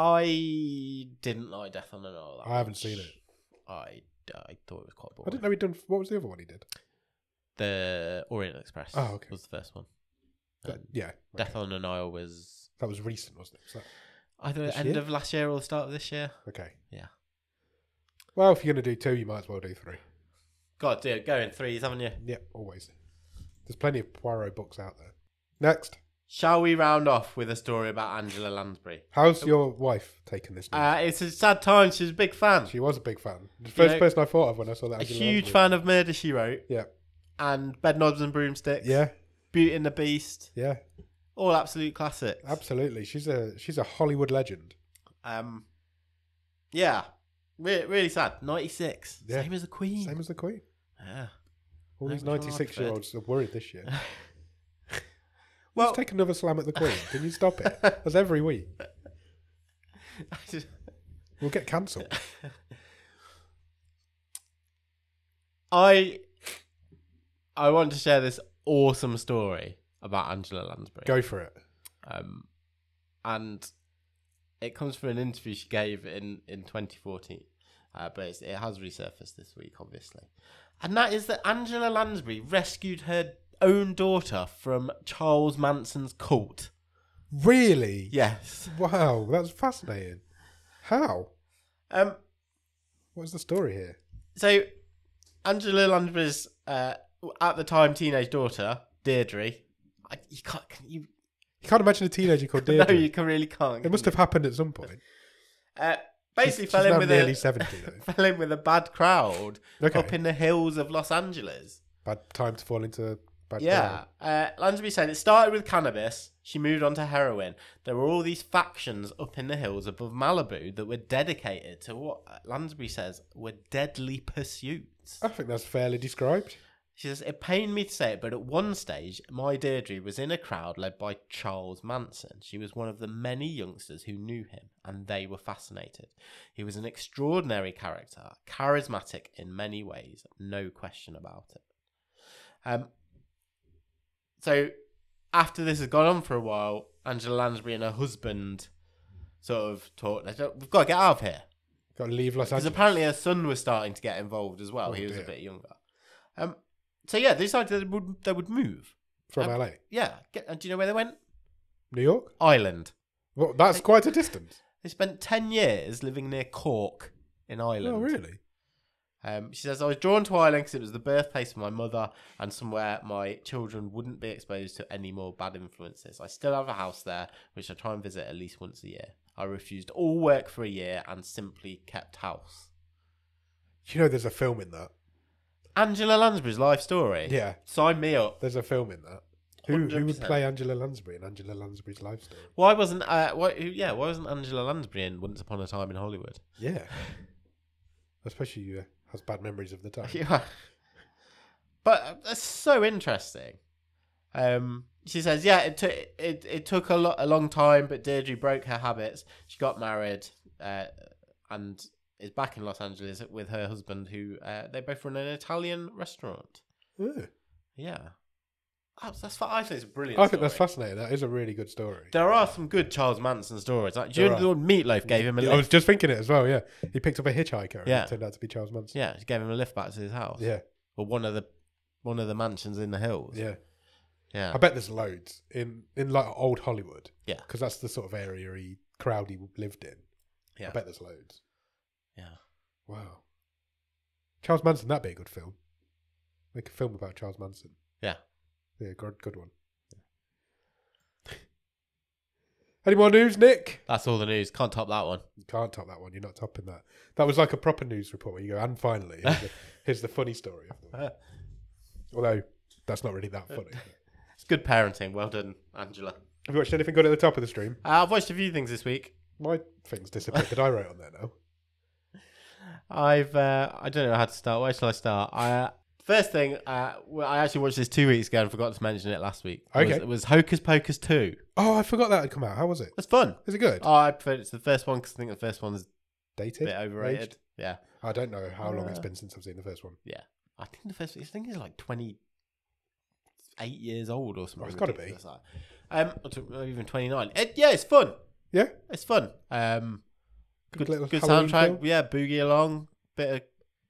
Speaker 2: I didn't like Death on the Nile. that
Speaker 1: I haven't
Speaker 2: much.
Speaker 1: seen it.
Speaker 2: I, I thought it was quite
Speaker 1: I
Speaker 2: boring.
Speaker 1: didn't know he'd done. What was the other one he did?
Speaker 2: The Orient Express
Speaker 1: Oh, okay.
Speaker 2: was the first one.
Speaker 1: That-
Speaker 2: And
Speaker 1: yeah.
Speaker 2: Uh, Death on the Nile was
Speaker 1: That was recent, wasn't it? So,
Speaker 2: either
Speaker 1: This
Speaker 2: the end
Speaker 1: year?
Speaker 2: of last year or the start of this year.
Speaker 1: okay.
Speaker 2: Yeah.
Speaker 1: Well, if you're going to do two, you might as well do three.
Speaker 2: God, do go in threes, haven't you?
Speaker 1: Yep, always. There's plenty of Poirot books out there. Next.
Speaker 2: Shall we round off with a story about Angela Lansbury?
Speaker 1: How's your wife taken this news?
Speaker 2: Uh, it's a sad time. She's a big fan,
Speaker 1: she was a big fan. The first
Speaker 2: know-
Speaker 1: person I thought of when I saw that.
Speaker 2: a
Speaker 1: was in
Speaker 2: huge
Speaker 1: Lovely.
Speaker 2: fan of Murder She Wrote
Speaker 1: Yeah,
Speaker 2: and Bedknobs and Broomsticks.
Speaker 1: yeah,
Speaker 2: Beauty and the Beast,
Speaker 1: yeah.
Speaker 2: all absolute classics.
Speaker 1: Absolutely. She's a she's a Hollywood legend.
Speaker 2: um, yeah, Re- really sad. Ninety six,
Speaker 1: Yeah.
Speaker 2: same as the Queen.
Speaker 1: Same as the Queen.
Speaker 2: yeah.
Speaker 1: All these
Speaker 2: Thank God,
Speaker 1: 96 year olds are worried this
Speaker 2: *laughs*
Speaker 1: year.
Speaker 2: Well, *laughs*
Speaker 1: Let's take another slam at the Queen. Can you stop it? That's every week. We'll get cancelled.
Speaker 2: I I want to share this awesome story about Angela Lansbury.
Speaker 1: Go for it.
Speaker 2: Um, and it comes from an interview she gave in, in 2014, uh, but it's, it has resurfaced this week, obviously. And that is that Angela Lansbury rescued her own daughter from Charles Manson's cult.
Speaker 1: Really?
Speaker 2: Yes.
Speaker 1: Wow, that's fascinating. How?
Speaker 2: Um,
Speaker 1: What's the story here?
Speaker 2: so Angela Lansbury's uh, at the time teenage daughter, Deirdre. I, you can't. Can you,
Speaker 1: You can't imagine a teenager called
Speaker 2: *laughs* no,
Speaker 1: Deirdre.
Speaker 2: you can, really can't.
Speaker 1: It must have happened at some point.
Speaker 2: Uh, basically,
Speaker 1: She's
Speaker 2: fell in
Speaker 1: now
Speaker 2: with
Speaker 1: nearly
Speaker 2: a,
Speaker 1: 70,
Speaker 2: *laughs*
Speaker 1: though.
Speaker 2: fell in with a bad crowd
Speaker 1: Okay.
Speaker 2: up in the hills of Los Angeles.
Speaker 1: Bad time to fall into bad
Speaker 2: Yeah. Uh, Lansbury said it started with cannabis. She moved on to heroin. There were all these factions up in the hills above Malibu that were dedicated to what Lansbury says were deadly pursuits.
Speaker 1: I think that's fairly described.
Speaker 2: She says, It pained me to say it, but at one stage, my Deirdre was in a crowd led by Charles Manson. She was one of the many youngsters who knew him, and they were fascinated. He was an extraordinary character, charismatic in many ways, no question about it. Um, so, after this has gone on for a while, Angela Lansbury and her husband sort of talk. They don't, We've got to get out of here.
Speaker 1: Got to leave Los
Speaker 2: Because
Speaker 1: Angeles.
Speaker 2: apparently her son was starting to get involved as well.
Speaker 1: Oh,
Speaker 2: he was a
Speaker 1: dear.
Speaker 2: bit younger. Um, so yeah, they decided they would they would move.
Speaker 1: from
Speaker 2: um,
Speaker 1: LA,
Speaker 2: Yeah. Get, and do you know where they went?
Speaker 1: New York.
Speaker 2: Ireland.
Speaker 1: Well, that's quite a distance.
Speaker 2: They spent ten years living near Cork in Ireland.
Speaker 1: Oh, really?
Speaker 2: Um, she says I was drawn to Ireland because it was the birthplace of my mother and somewhere my children wouldn't be exposed to any more bad influences. I still have a house there, which I try and visit at least once a year. I refused all work for a year and simply kept house.
Speaker 1: You know, there's a film in that.
Speaker 2: Angela Lansbury's life story.
Speaker 1: Yeah,
Speaker 2: Sign me up.
Speaker 1: there's a film in that. Who, who would
Speaker 2: 100%.
Speaker 1: play Angela Lansbury in Angela Lansbury's life story?
Speaker 2: Why wasn't uh, why, who- yeah? Why wasn't Angela Lansbury in Once Upon a Time in Hollywood? *laughs*
Speaker 1: Yeah. Especially you uh, has bad memories of the time.
Speaker 2: *laughs* Yeah. but uh, that's so interesting. Um, she says, yeah, it took it, it took a lot a long time, but Deirdre broke her habits. She got married, uh, and is back in Los Angeles with her husband, who uh, they both run an Italian restaurant.
Speaker 1: Yeah.
Speaker 2: Yeah, that's, that's fa- I think it's a brilliant.
Speaker 1: I think that's
Speaker 2: story.
Speaker 1: fascinating. That is a really good story.
Speaker 2: There are some good Charles Manson stories. Like, do you
Speaker 1: There
Speaker 2: know the one Meatloaf gave him a
Speaker 1: I was
Speaker 2: lift?
Speaker 1: just thinking it as well. Yeah, he picked up a hitchhiker. and
Speaker 2: Yeah.
Speaker 1: it turned out to be Charles Manson.
Speaker 2: Yeah, she gave him a lift back to his house.
Speaker 1: Yeah,
Speaker 2: or one of the one of the mansions in the hills.
Speaker 1: yeah.
Speaker 2: yeah.
Speaker 1: I bet there's loads in in like old Hollywood.
Speaker 2: Yeah.
Speaker 1: because that's the sort of area he crowd he lived in.
Speaker 2: Yeah.
Speaker 1: I bet there's loads.
Speaker 2: Yeah.
Speaker 1: Wow. Charles Manson, that'd be a good film. Make a film about Charles Manson.
Speaker 2: Yeah.
Speaker 1: Yeah, good, good
Speaker 2: *laughs*
Speaker 1: one. Any more news, Nick?
Speaker 2: That's all the news. Can't top that one.
Speaker 1: You can't top that one. You're not topping that. That was like a proper news report where you go, and finally, here's
Speaker 2: *laughs*
Speaker 1: the, here's the funny story. Of
Speaker 2: Uh.
Speaker 1: them. Although, that's not really that funny.
Speaker 2: It's good parenting. Well done, Angela.
Speaker 1: Have you watched anything good at the top of the stream?
Speaker 2: Uh, I've watched a few things this week.
Speaker 1: My thing's disappeared.
Speaker 2: *laughs*
Speaker 1: Did I write on there now?
Speaker 2: I've uh, I don't know how to start. Where shall I start? I uh, first thing uh, well, I actually watched this two weeks ago and forgot to mention it last week. It was-
Speaker 1: Okay.
Speaker 2: it was Hocus Pocus two.
Speaker 1: Oh, I forgot that had come out. How was it?
Speaker 2: It's fun.
Speaker 1: Is it good?
Speaker 2: Oh, I prefer it to the first one because I think the first one's a
Speaker 1: Dated?
Speaker 2: bit overrated.
Speaker 1: Aged?
Speaker 2: Yeah,
Speaker 1: I don't know how long it's
Speaker 2: Uh,
Speaker 1: been since I've seen the first one.
Speaker 2: I think the first I think it's like twenty eight years old or something.
Speaker 1: Oh, it's gotta be.
Speaker 2: ridiculous like that. Um, or tw- or even twenty nine. yeah, it's fun.
Speaker 1: Yeah?
Speaker 2: It's fun. Um, good,
Speaker 1: little
Speaker 2: good
Speaker 1: Halloween
Speaker 2: soundtrack.
Speaker 1: film.
Speaker 2: Yeah, boogie along, bit of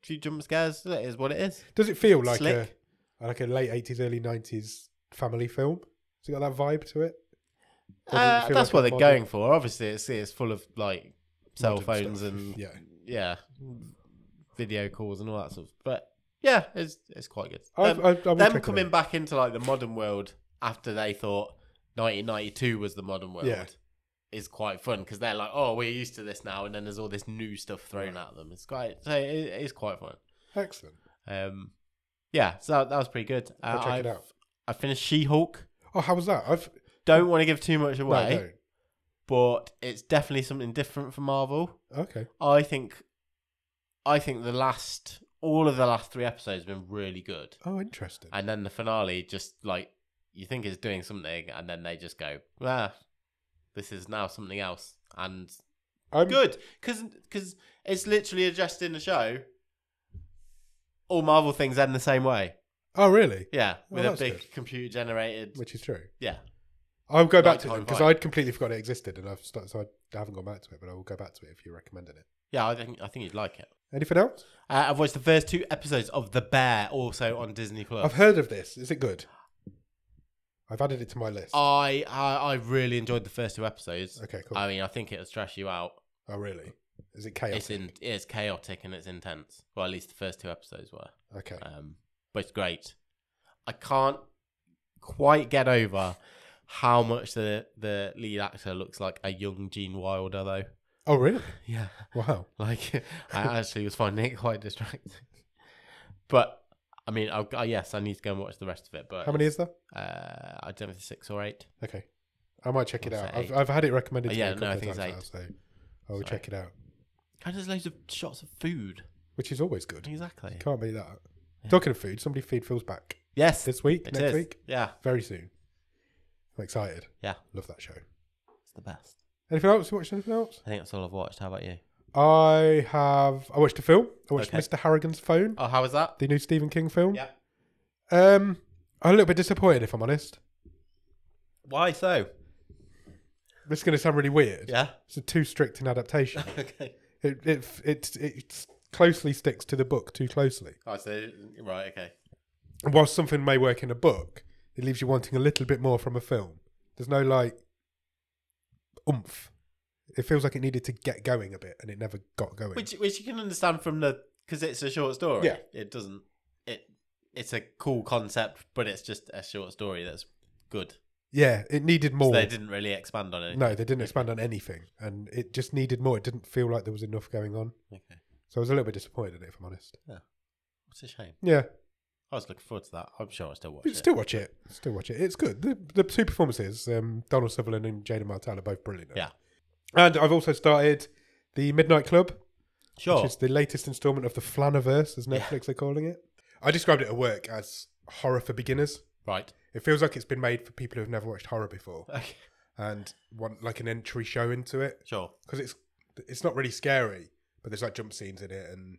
Speaker 2: few jump scares. That is what it is.
Speaker 1: Does it feel like a
Speaker 2: Slick.
Speaker 1: like a late eighties, early nineties family film? Has it got that vibe to it? Or does it
Speaker 2: Uh,
Speaker 1: feel
Speaker 2: that's
Speaker 1: like
Speaker 2: what
Speaker 1: a
Speaker 2: they're
Speaker 1: modern-
Speaker 2: going for. Obviously, it's it's full of like cell
Speaker 1: modern
Speaker 2: phones
Speaker 1: stuff?
Speaker 2: and
Speaker 1: *laughs* yeah.
Speaker 2: yeah, video calls and all that stuff. But yeah, it's it's quite good.
Speaker 1: I,
Speaker 2: Um,
Speaker 1: I, I will check
Speaker 2: them
Speaker 1: it
Speaker 2: coming
Speaker 1: out.
Speaker 2: back into like the modern world after they thought 1992 was the modern world
Speaker 1: Yeah.
Speaker 2: is quite fun because they're like, oh, we're used to this now, and then there's all this new stuff thrown at them. It's quite, so it, it's quite fun.
Speaker 1: Excellent.
Speaker 2: Um, yeah, so that was pretty good.
Speaker 1: I'll
Speaker 2: Uh,
Speaker 1: check it
Speaker 2: I've-
Speaker 1: out.
Speaker 2: I finished She Hulk.
Speaker 1: Oh, how was that? I've
Speaker 2: Don't want to give too much
Speaker 1: no,
Speaker 2: away,
Speaker 1: no.
Speaker 2: but it's definitely something different from Marvel.
Speaker 1: Okay.
Speaker 2: I think, I think the last, all of the last three episodes have been really good.
Speaker 1: Oh, interesting.
Speaker 2: and then the finale just like you think is doing something and then they just go ah this is now something else and
Speaker 1: I'm
Speaker 2: good because it's literally just in the show all marvel things end the same way
Speaker 1: Oh, really?
Speaker 2: yeah
Speaker 1: Oh,
Speaker 2: with a
Speaker 1: that's
Speaker 2: big
Speaker 1: good.
Speaker 2: computer generated
Speaker 1: Which is true.
Speaker 2: yeah
Speaker 1: I'll go back to it
Speaker 2: Nighttime
Speaker 1: because
Speaker 2: vibe.
Speaker 1: I'd completely forgot it existed, and I've started, so I haven't gone back to it. But I will go back to it if you're recommending it.
Speaker 2: yeah i think i think you'd like it
Speaker 1: Anything else?
Speaker 2: uh, i've watched the first two episodes of the bear also on disney plus
Speaker 1: I've heard of this. Is it good? I've added it to my list.
Speaker 2: I, I i really enjoyed the first two episodes
Speaker 1: okay, cool.
Speaker 2: Oh. i mean i think it'll stress you out
Speaker 1: oh, really? Is it chaotic?
Speaker 2: It's in it's chaotic and it's intense. Well, at least the first two episodes were.
Speaker 1: okay.
Speaker 2: Um, but it's great. I can't quite get over how much the the lead actor looks like a young Gene Wilder, though. *laughs*
Speaker 1: Oh, really?
Speaker 2: Yeah, *laughs*
Speaker 1: Wow.
Speaker 2: like I actually was finding it quite distracting. But I mean, I'll, I, yes, I need to go and watch the rest of it. But
Speaker 1: How many is there?
Speaker 2: Uh, I don't know if it's six or eight.
Speaker 1: Okay. I might check it
Speaker 2: What's
Speaker 1: out.
Speaker 2: that,
Speaker 1: I've,
Speaker 2: eight?
Speaker 1: I've had it recommended
Speaker 2: Oh,
Speaker 1: to
Speaker 2: yeah,
Speaker 1: me a
Speaker 2: no,
Speaker 1: couple
Speaker 2: I
Speaker 1: of
Speaker 2: think it's
Speaker 1: times now, so I will
Speaker 2: Sorry.
Speaker 1: check it out.
Speaker 2: And there's loads of shots of food.
Speaker 1: Which is always good.
Speaker 2: Exactly.
Speaker 1: Can't be that. Talking of food, somebody feed Phil's back
Speaker 2: Yes,
Speaker 1: this week,
Speaker 2: it
Speaker 1: next
Speaker 2: is.
Speaker 1: week,
Speaker 2: Yeah,
Speaker 1: very soon. I'm excited.
Speaker 2: Yeah.
Speaker 1: love that show.
Speaker 2: it's the best.
Speaker 1: Anything else? You watched anything else?
Speaker 2: I think that's all I've watched. How about you?
Speaker 1: I have. I watched a film. I watched
Speaker 2: Okay.
Speaker 1: Mr. Harrigan's Phone,
Speaker 2: Oh, how was that?
Speaker 1: the new Stephen King film.
Speaker 2: Yeah.
Speaker 1: Um, I'm a little bit disappointed if I'm honest.
Speaker 2: Why so?
Speaker 1: This is going to sound really weird.
Speaker 2: Yeah.
Speaker 1: It's a too strict an adaptation.
Speaker 2: *laughs*
Speaker 1: *laughs*
Speaker 2: okay.
Speaker 1: it it it it closely sticks to the book too closely.
Speaker 2: Oh, so right. Okay.
Speaker 1: And whilst something may work in a book, it leaves you wanting a little bit more from a film. There's no like oomph. It feels like it needed to get going a bit, and it never got going.
Speaker 2: Which which you can understand from the because it's a short story.
Speaker 1: Yeah.
Speaker 2: It doesn't. It it's a cool concept, but it's just a short story that's good.
Speaker 1: yeah, it needed
Speaker 2: So
Speaker 1: more.
Speaker 2: they didn't really expand on it.
Speaker 1: no, they didn't expand on anything, and it just needed more. It didn't feel like there was enough going on,
Speaker 2: Okay.
Speaker 1: so I was a little bit disappointed in it, if I'm honest.
Speaker 2: What a shame.
Speaker 1: Yeah,
Speaker 2: I was looking forward to that. I'm sure I still watch
Speaker 1: but
Speaker 2: it.
Speaker 1: still watch it. Still watch it. It's good. The, the two performances, um, Donald Sutherland and Jaden Martell, are both brilliant.
Speaker 2: Yeah.
Speaker 1: and I've also started the Midnight Club.
Speaker 2: sure.
Speaker 1: which is the latest installment of the Flaniverse, as Netflix are calling it. I described it at work as horror for beginners.
Speaker 2: Right. *laughs*
Speaker 1: It feels like it's been made for people who've never watched horror before
Speaker 2: Okay.
Speaker 1: and want like an entry show into it
Speaker 2: Sure.
Speaker 1: because it's it's not really scary, but there's like jump scenes in it, and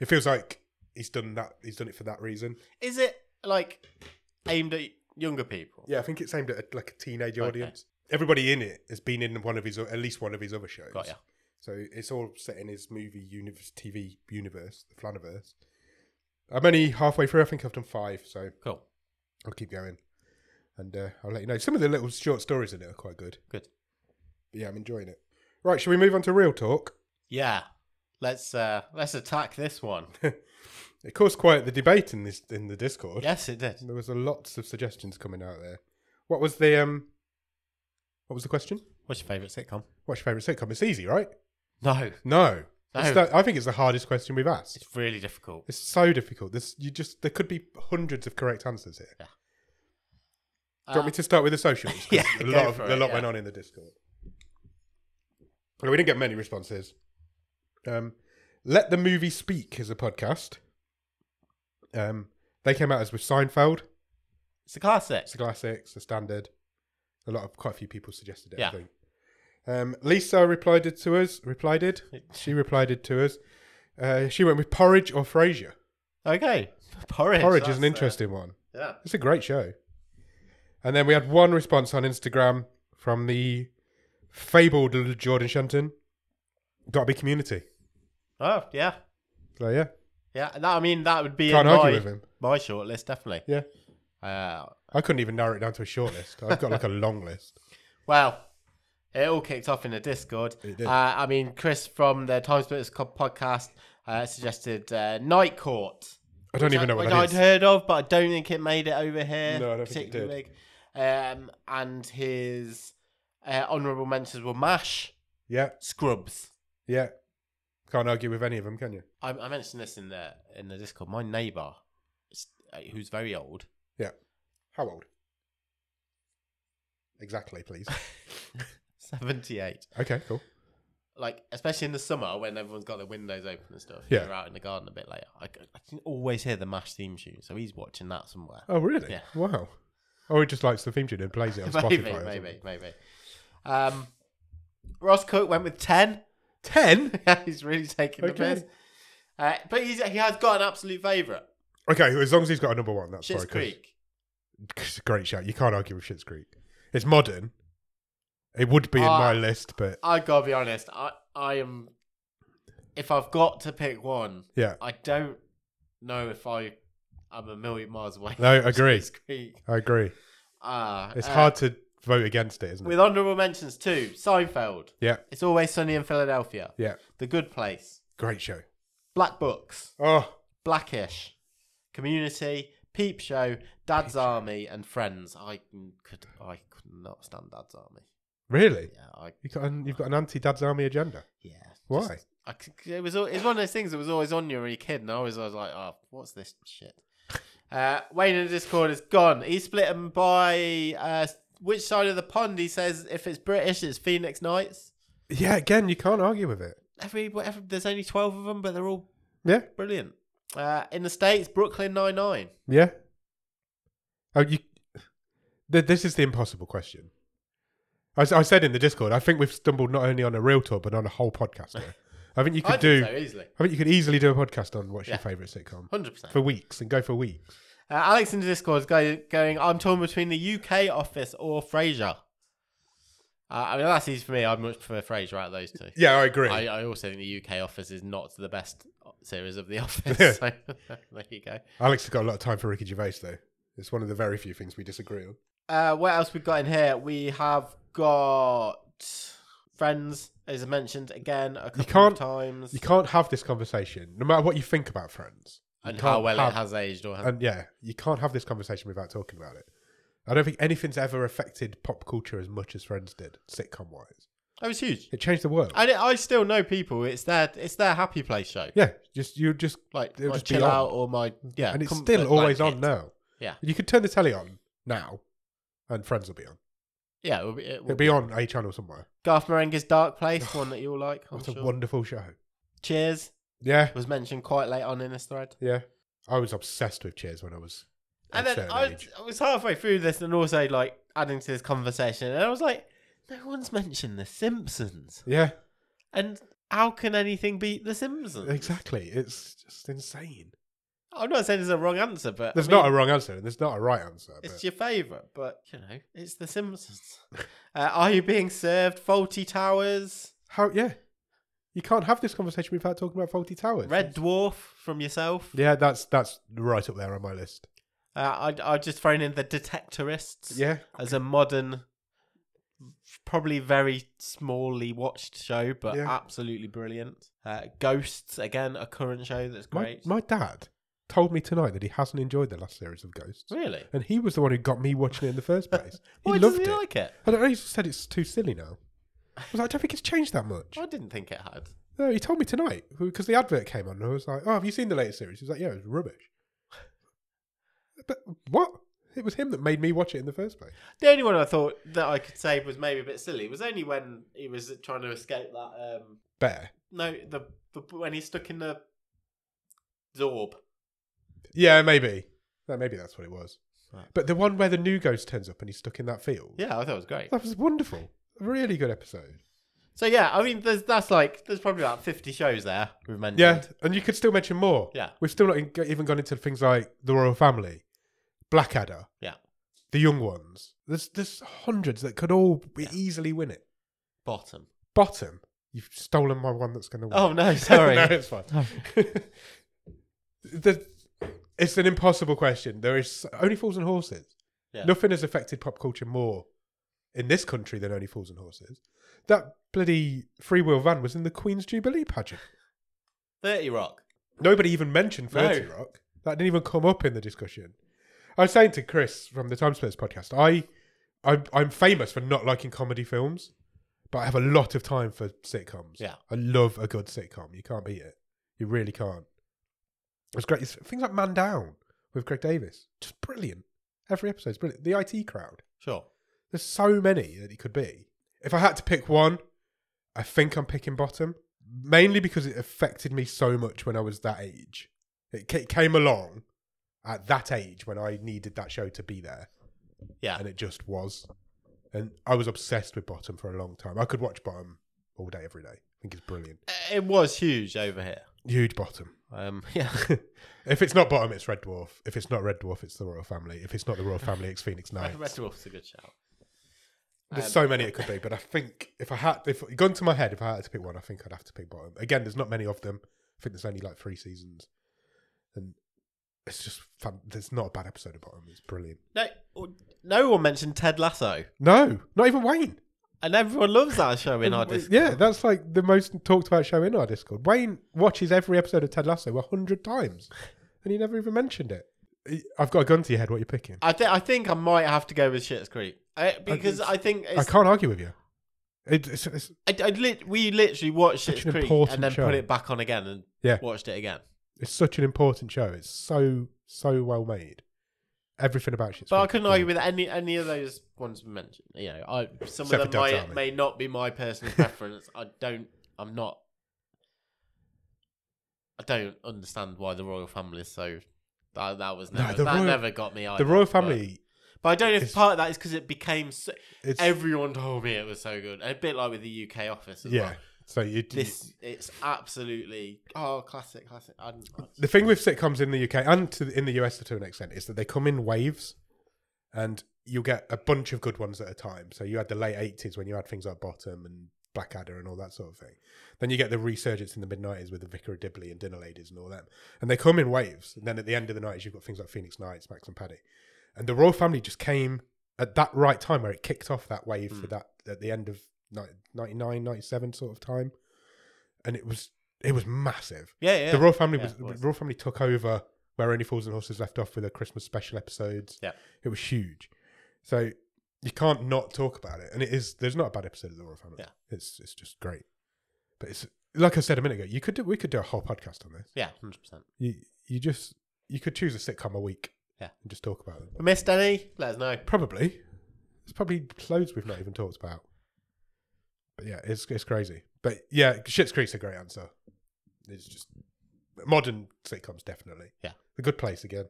Speaker 1: it feels like he's done that. He's done it for that reason.
Speaker 2: Is it like aimed at younger people?
Speaker 1: Yeah, I think it's aimed at a, like a teenage
Speaker 2: Okay.
Speaker 1: audience. Everybody in it has been in one of his at least one of his other shows.
Speaker 2: Got ya.
Speaker 1: So it's all set in his movie universe, TV universe, the Flaniverse. I'm only halfway through. I think I've done five, so
Speaker 2: Cool.
Speaker 1: I'll keep going, and uh, I'll let you know. Some of the little short stories in it are quite good.
Speaker 2: Good.
Speaker 1: But yeah, I'm enjoying it. Right, shall we move on to real talk?
Speaker 2: Yeah. Let's uh let's attack this one.
Speaker 1: It caused quite the debate in this in the Discord.
Speaker 2: yes, it did.
Speaker 1: There was a lots of suggestions coming out there. What was the um? What was the question?
Speaker 2: What's your favourite sitcom?
Speaker 1: What's your favourite sitcom? It's easy, right?
Speaker 2: No.
Speaker 1: No.
Speaker 2: No.
Speaker 1: It's the- I think it's the hardest question we've asked.
Speaker 2: It's really difficult.
Speaker 1: It's so difficult. This you just there could be hundreds of correct answers here.
Speaker 2: Yeah.
Speaker 1: Do you want me to start with the socials? 'Cause
Speaker 2: Uh, *laughs* Yeah,
Speaker 1: a
Speaker 2: go
Speaker 1: lot of,
Speaker 2: for
Speaker 1: a
Speaker 2: it,
Speaker 1: lot
Speaker 2: yeah.
Speaker 1: went on in the Discord. Well, we didn't get many responses. Um, Let the movie speak is a podcast. Um, they came out as with Seinfeld.
Speaker 2: Um, It's a classic.
Speaker 1: It's a classic. It's a standard. A lot of quite a few people suggested it. I
Speaker 2: Yeah.
Speaker 1: think. Um, Lisa replied it to us. Replied it. She replied it to us. Uh, she went with porridge or Frasier.
Speaker 2: Okay. *laughs* Porridge.
Speaker 1: Porridge is
Speaker 2: that's,
Speaker 1: an interesting one.
Speaker 2: Uh, yeah.
Speaker 1: It's a great show. And then we had one response on Instagram from the fabled little Jordan Shenton. Got to be community.
Speaker 2: Oh, yeah.
Speaker 1: So yeah,
Speaker 2: Yeah. That, I mean, that would be
Speaker 1: can't
Speaker 2: in
Speaker 1: argue
Speaker 2: my,
Speaker 1: with him.
Speaker 2: my short list, definitely.
Speaker 1: Yeah,
Speaker 2: Uh,
Speaker 1: I couldn't even narrow it down to a short list. I've got like a long list.
Speaker 2: well, it all kicked off in the Discord.
Speaker 1: It did.
Speaker 2: Uh, I mean, Chris from the Times Splitters Club podcast uh, suggested uh, Night Court.
Speaker 1: I don't
Speaker 2: which
Speaker 1: even know what
Speaker 2: which
Speaker 1: that
Speaker 2: I'd
Speaker 1: is.
Speaker 2: heard of, but I don't think it made it over here.
Speaker 1: No, I don't think it
Speaker 2: particularly big. Um, and his uh, honourable mentions were Mash,
Speaker 1: Yeah,
Speaker 2: Scrubs.
Speaker 1: yeah. Can't argue with any of them, can you?
Speaker 2: I, I mentioned this in the in the Discord. My neighbour, s- uh, who's very old, *laughs*
Speaker 1: Yeah. How old? Exactly, please. *laughs*
Speaker 2: seventy eight.
Speaker 1: okay, cool.
Speaker 2: Like especially in the summer when everyone's got their windows open and stuff.
Speaker 1: Yeah.
Speaker 2: You're out in the garden a bit later. I, c- I can always hear the Mash theme tune, so he's watching
Speaker 1: *laughs*
Speaker 2: that somewhere.
Speaker 1: Oh, really?
Speaker 2: Yeah.
Speaker 1: Wow. Or he just likes the theme tune and plays it on Spotify.
Speaker 2: *laughs* maybe,
Speaker 1: or something.
Speaker 2: maybe, maybe. Um, Ross Cook went with ten. *laughs*
Speaker 1: 10?
Speaker 2: he's really taking the
Speaker 1: Okay.
Speaker 2: piss. Uh, but he's, he has got an absolute favourite.
Speaker 1: Okay, as long as he's got a number one, that's
Speaker 2: Shit's
Speaker 1: fine. 'cause-
Speaker 2: Creek.
Speaker 1: *laughs* 'cause Great shout. You can't argue with Shit's Creek. It's modern. It would be in
Speaker 2: Ah.
Speaker 1: my list, but
Speaker 2: I gotta be honest. I I am. If I've got to pick one,
Speaker 1: yeah,
Speaker 2: I don't know if I I'm a million miles away.
Speaker 1: No,
Speaker 2: from
Speaker 1: agree.
Speaker 2: Shit's Creek.
Speaker 1: I agree.
Speaker 2: Ah,
Speaker 1: It's
Speaker 2: uh,
Speaker 1: hard to vote against it, isn't it?
Speaker 2: With honourable mentions too, Seinfeld.
Speaker 1: Yeah,
Speaker 2: It's always sunny in Philadelphia.
Speaker 1: yeah.
Speaker 2: The Good Place.
Speaker 1: Great show.
Speaker 2: Black Books.
Speaker 1: Oh,
Speaker 2: Blackish. Community. Peep Show. Dad's Army and Friends. I could I could not stand Dad's Army.
Speaker 1: really?
Speaker 2: Yeah, I
Speaker 1: You got an, you've got an anti Dad's Army agenda.
Speaker 2: yeah.
Speaker 1: Why?
Speaker 2: just- I c it was al- it's one of those things that was always on you when you're a kid, and I was, I was like, oh, what's this
Speaker 1: *laughs*
Speaker 2: shit? Uh, Wayne in the Discord is gone. He split him by uh, which side of the pond. He says if it's British, it's Phoenix Knights.
Speaker 1: Yeah, again, you can't argue with it.
Speaker 2: Every, every there's only twelve of them, but they're all
Speaker 1: Yeah,
Speaker 2: brilliant. Uh, in the States, Brooklyn Nine-Nine.
Speaker 1: Yeah. Oh, you. Th- this is the impossible question. I, s- I said in the Discord, I think we've stumbled not only on a real tour but on a whole podcast.
Speaker 2: *laughs*
Speaker 1: Here. I think you could
Speaker 2: I
Speaker 1: do.
Speaker 2: think so, easily.
Speaker 1: I think you could easily do a podcast on what's your
Speaker 2: Yeah.
Speaker 1: favorite sitcom
Speaker 2: 100%.
Speaker 1: for weeks and go for weeks.
Speaker 2: Uh, Alex in the Discord is go, going, I'm torn between the UK office or Frasier. Uh, I mean, that's easy for me. I'd much prefer Frasier out of those two.
Speaker 1: Yeah, I agree.
Speaker 2: I, uh, I also think the UK office is not the best series
Speaker 1: *laughs*
Speaker 2: of The *laughs* Office. so there you go.
Speaker 1: Alex has got a lot of time for Ricky Gervais though. It's one of the very few things we disagree on.
Speaker 2: Uh, what else we've got in here? We have got Friends, as I mentioned again a couple
Speaker 1: can't-
Speaker 2: of times.
Speaker 1: You can't have this conversation, no matter what you think about Friends. You
Speaker 2: and how
Speaker 1: can't
Speaker 2: well
Speaker 1: have-
Speaker 2: it has aged or has
Speaker 1: And yeah, you can't have this conversation without talking about it. I don't think anything's ever affected pop culture as much as Friends did, sitcom wise.
Speaker 2: That was Oh, huge.
Speaker 1: It changed the world.
Speaker 2: I, I still know people. It's their it's their happy place show.
Speaker 1: yeah, just you just
Speaker 2: Like
Speaker 1: It'll
Speaker 2: my
Speaker 1: just be
Speaker 2: chill
Speaker 1: on.
Speaker 2: out or my yeah.
Speaker 1: and it's
Speaker 2: com-
Speaker 1: still
Speaker 2: like
Speaker 1: always
Speaker 2: it.
Speaker 1: on now.
Speaker 2: Yeah.
Speaker 1: you could turn the telly on now, and Friends will be on.
Speaker 2: Yeah, it'll be, it will
Speaker 1: It'll be on a channel somewhere.
Speaker 2: Garth Marenghi's Dark Place, one that
Speaker 1: *sighs*
Speaker 2: you'll like. I'm
Speaker 1: What a
Speaker 2: Oh, sure.
Speaker 1: wonderful show.
Speaker 2: Cheers
Speaker 1: Yeah,
Speaker 2: was mentioned quite late on in this thread.
Speaker 1: yeah. I was obsessed with Cheers when I was. a
Speaker 2: And then
Speaker 1: certain
Speaker 2: I,
Speaker 1: age.
Speaker 2: I was halfway through this and also like adding to this conversation, and I was like, no one's mentioned The Simpsons.
Speaker 1: Yeah,
Speaker 2: And how can anything beat The Simpsons?
Speaker 1: exactly. It's just insane.
Speaker 2: I'm not saying there's a wrong answer, but I
Speaker 1: There's
Speaker 2: mean,
Speaker 1: not a wrong answer, and there's not a right answer.
Speaker 2: It's
Speaker 1: But
Speaker 2: your favourite, but you know, it's
Speaker 1: *laughs*
Speaker 2: The Simpsons. uh, are you being served? Faulty Towers,
Speaker 1: how? Yeah, you can't have this conversation without talking about Faulty Towers.
Speaker 2: Red Dwarf from yourself.
Speaker 1: Yeah, that's that's right up there on my list.
Speaker 2: Uh, I I've just thrown in the Detectorists.
Speaker 1: Yeah,
Speaker 2: as a modern, probably very smallly watched show, but
Speaker 1: Yeah.
Speaker 2: absolutely brilliant. Uh, Ghosts again, a current show that's
Speaker 1: my
Speaker 2: great.
Speaker 1: my dad told me tonight that he hasn't enjoyed the last series of Ghosts.
Speaker 2: really,
Speaker 1: And he was the one who got me watching it in the
Speaker 2: *laughs*
Speaker 1: first place. He
Speaker 2: why
Speaker 1: loved
Speaker 2: does he
Speaker 1: it.
Speaker 2: like it?
Speaker 1: I don't know. He just said it's too silly now. I was like, I don't think it's changed that much.
Speaker 2: I didn't think it had.
Speaker 1: No, he told me tonight because the advert came on, and I was like, "Oh, have you seen the latest series?" He was like, "Yeah, it was
Speaker 2: *laughs*
Speaker 1: rubbish." But what? It was him that made me watch it in the first place.
Speaker 2: The only one I thought that I could say was maybe a bit silly was only when he was trying to escape that. Um,
Speaker 1: Better.
Speaker 2: no, the, the when he's stuck in the zorb.
Speaker 1: Yeah, maybe. No, maybe that's what it was.
Speaker 2: Right.
Speaker 1: But the one where the new ghost turns up and he's stuck in that field.
Speaker 2: Yeah, I thought it was great.
Speaker 1: That was wonderful. A really good episode.
Speaker 2: So yeah, I mean, there's that's like there's probably about fifty shows there we've mentioned.
Speaker 1: Yeah, and you could still mention more.
Speaker 2: Mm-hmm. Yeah.
Speaker 1: We've still not in- even gone into things like The Royal Family, Blackadder.
Speaker 2: Yeah.
Speaker 1: The Young Ones. There's there's hundreds that could all be easily win it.
Speaker 2: bottom.
Speaker 1: Bottom. You've stolen my one that's going to win. *laughs*
Speaker 2: Oh no, sorry.
Speaker 1: no, it's fine. *laughs* the, it's an impossible question. There is Only Fools and Horses.
Speaker 2: Yeah.
Speaker 1: Nothing has affected pop culture more in this country than Only Fools and Horses. That bloody free wheel van was in the Queen's Jubilee pageant.
Speaker 2: Thirty Rock.
Speaker 1: Nobody even mentioned 30
Speaker 2: No.
Speaker 1: Rock. That didn't even come up in the discussion. I was saying to Chris from the Time Splitters podcast, I, I, I'm famous for not liking comedy films, but I have a lot of time for sitcoms.
Speaker 2: Yeah.
Speaker 1: I love a good sitcom. You can't beat it. You really can't. It's great. It's things like Man Down with Greg Davis, just brilliant. Every episode's brilliant. The IT crowd.
Speaker 2: Sure.
Speaker 1: There's so many that it could be. If I had to pick one, I think I'm picking bottom, mainly because it affected me so much when I was that age. It ca- came along at that age when I needed that show to be there,
Speaker 2: Yeah.
Speaker 1: and it just was. And I was obsessed with bottom for a long time. I could watch bottom all day, every day. I think it's brilliant.
Speaker 2: Uh, It was huge over here.
Speaker 1: Huge bottom.
Speaker 2: Um, *laughs* yeah.
Speaker 1: If it's not bottom, it's Red Dwarf. If it's not Red Dwarf, it's the Royal Family. If it's not the Royal Family, it's Phoenix Knights.
Speaker 2: Red Dwarf's a good shout.
Speaker 1: There's
Speaker 2: Um,
Speaker 1: so many it could be, but I think if I had, if it gone to my head, if I had to pick one, I think I'd have to pick bottom. Again, there's not many of them. I think there's only like three seasons, and it's just fun. There's not a bad episode of bottom. It's brilliant.
Speaker 2: No, no one mentioned Ted Lasso,
Speaker 1: No, not even Wayne.
Speaker 2: and everyone loves that
Speaker 1: *laughs*
Speaker 2: show in our Discord.
Speaker 1: Yeah, that's like the most talked about show in our Discord. Wayne watches every episode of Ted Lasso a hundred times, and he never even mentioned it. I've got a gun to your head. What you are picking?
Speaker 2: I think I think I might have to go with Shit's Creek I, because
Speaker 1: it's-
Speaker 2: I think
Speaker 1: I
Speaker 2: it's,
Speaker 1: can't argue with you. It, it's, it's
Speaker 2: I, I lit, we literally watched
Speaker 1: Such
Speaker 2: Shit's
Speaker 1: an
Speaker 2: Creek
Speaker 1: important
Speaker 2: and then
Speaker 1: show.
Speaker 2: put it back on again and
Speaker 1: Yeah.
Speaker 2: watched it again.
Speaker 1: It's such an important show. It's so so well made. Everything about shit's
Speaker 2: But I
Speaker 1: really
Speaker 2: couldn't
Speaker 1: good.
Speaker 2: argue with any any of those ones we mentioned. You know, I some
Speaker 1: Except for
Speaker 2: of them
Speaker 1: Downton
Speaker 2: might,
Speaker 1: Abbey. *laughs*
Speaker 2: may not be my personal preference. I don't. I'm not. I don't understand why the royal family is so. That, that was
Speaker 1: No,
Speaker 2: never,
Speaker 1: the
Speaker 2: that
Speaker 1: royal-
Speaker 2: never got me. Either,
Speaker 1: the royal
Speaker 2: but-
Speaker 1: family.
Speaker 2: But, I don't know if
Speaker 1: is-
Speaker 2: part of that is because it became. So,
Speaker 1: It's
Speaker 2: everyone told me it was so good. A bit like with the UK office. As
Speaker 1: yeah.
Speaker 2: Well.
Speaker 1: So you
Speaker 2: This it's absolutely oh classic classic. I didn't,
Speaker 1: the thing with sitcoms in the UK and to, in the US to an extent is that they come in waves, and you get a bunch of good ones at a time. So you had the late eighties when you had things like Bottom and Blackadder and all that sort of thing. Then you get the resurgence in the mid nineties with the Vicar of Dibley and Dinner Ladies and all that, and they come in waves. And then at the end of the nineties, you've got things like Phoenix Nights, Max and Paddy, and the Royal Family just came at that right time where it kicked off that wave for that at the end of ni- 99, 97 sort of time, and it was it was massive
Speaker 2: yeah yeah.
Speaker 1: the royal family
Speaker 2: Yeah,
Speaker 1: was,
Speaker 2: it was.
Speaker 1: royal family took over where only fools and horses left off with their christmas special episodes
Speaker 2: Yeah.
Speaker 1: it was huge so you can't not talk about it and it is there's not a bad episode of the royal family
Speaker 2: Yeah.
Speaker 1: it's it's just great but it's like i said a minute ago you could do we could do a whole podcast on this
Speaker 2: yeah hundred percent.
Speaker 1: you you just you could choose a sitcom a week
Speaker 2: Yeah.
Speaker 1: and just talk about them
Speaker 2: Missed any? Let us know.
Speaker 1: probably there's probably loads we've not even talked about but yeah it's it's crazy but yeah Shit's Creek's a great answer it's just modern sitcoms definitely
Speaker 2: Yeah.
Speaker 1: The Good Place again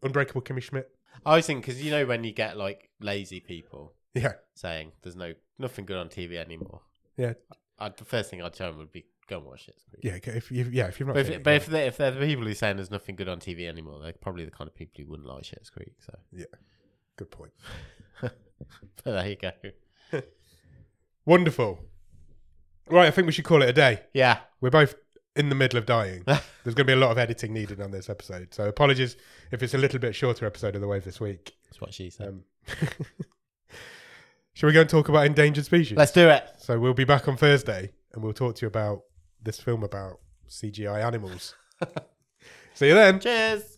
Speaker 1: Unbreakable Kimmy Schmidt
Speaker 2: I always think because you know when you get like lazy people
Speaker 1: yeah
Speaker 2: saying there's no nothing good on TV anymore.
Speaker 1: yeah
Speaker 2: i the first thing I'd tell them would be go and watch it.
Speaker 1: yeah if you yeah if you've not
Speaker 2: But
Speaker 1: seen
Speaker 2: if,
Speaker 1: it,
Speaker 2: but
Speaker 1: yeah.
Speaker 2: if, they, if they're the people who saying there's nothing good on TV anymore, they're probably the kind of people who wouldn't like Shit's Creek. So, *laughs*
Speaker 1: good point
Speaker 2: but there you go.
Speaker 1: wonderful right I think we should call it a day
Speaker 2: Yeah,
Speaker 1: we're both in the middle of dying there's going to be a lot of editing needed on this episode so apologies if it's a little bit shorter episode of the wave this week
Speaker 2: that's what she said.
Speaker 1: Um, shall we go and talk about endangered species?
Speaker 2: Let's do it.
Speaker 1: so we'll be back on Thursday and we'll talk to you about this film about CGI animals. See you then.
Speaker 2: Cheers.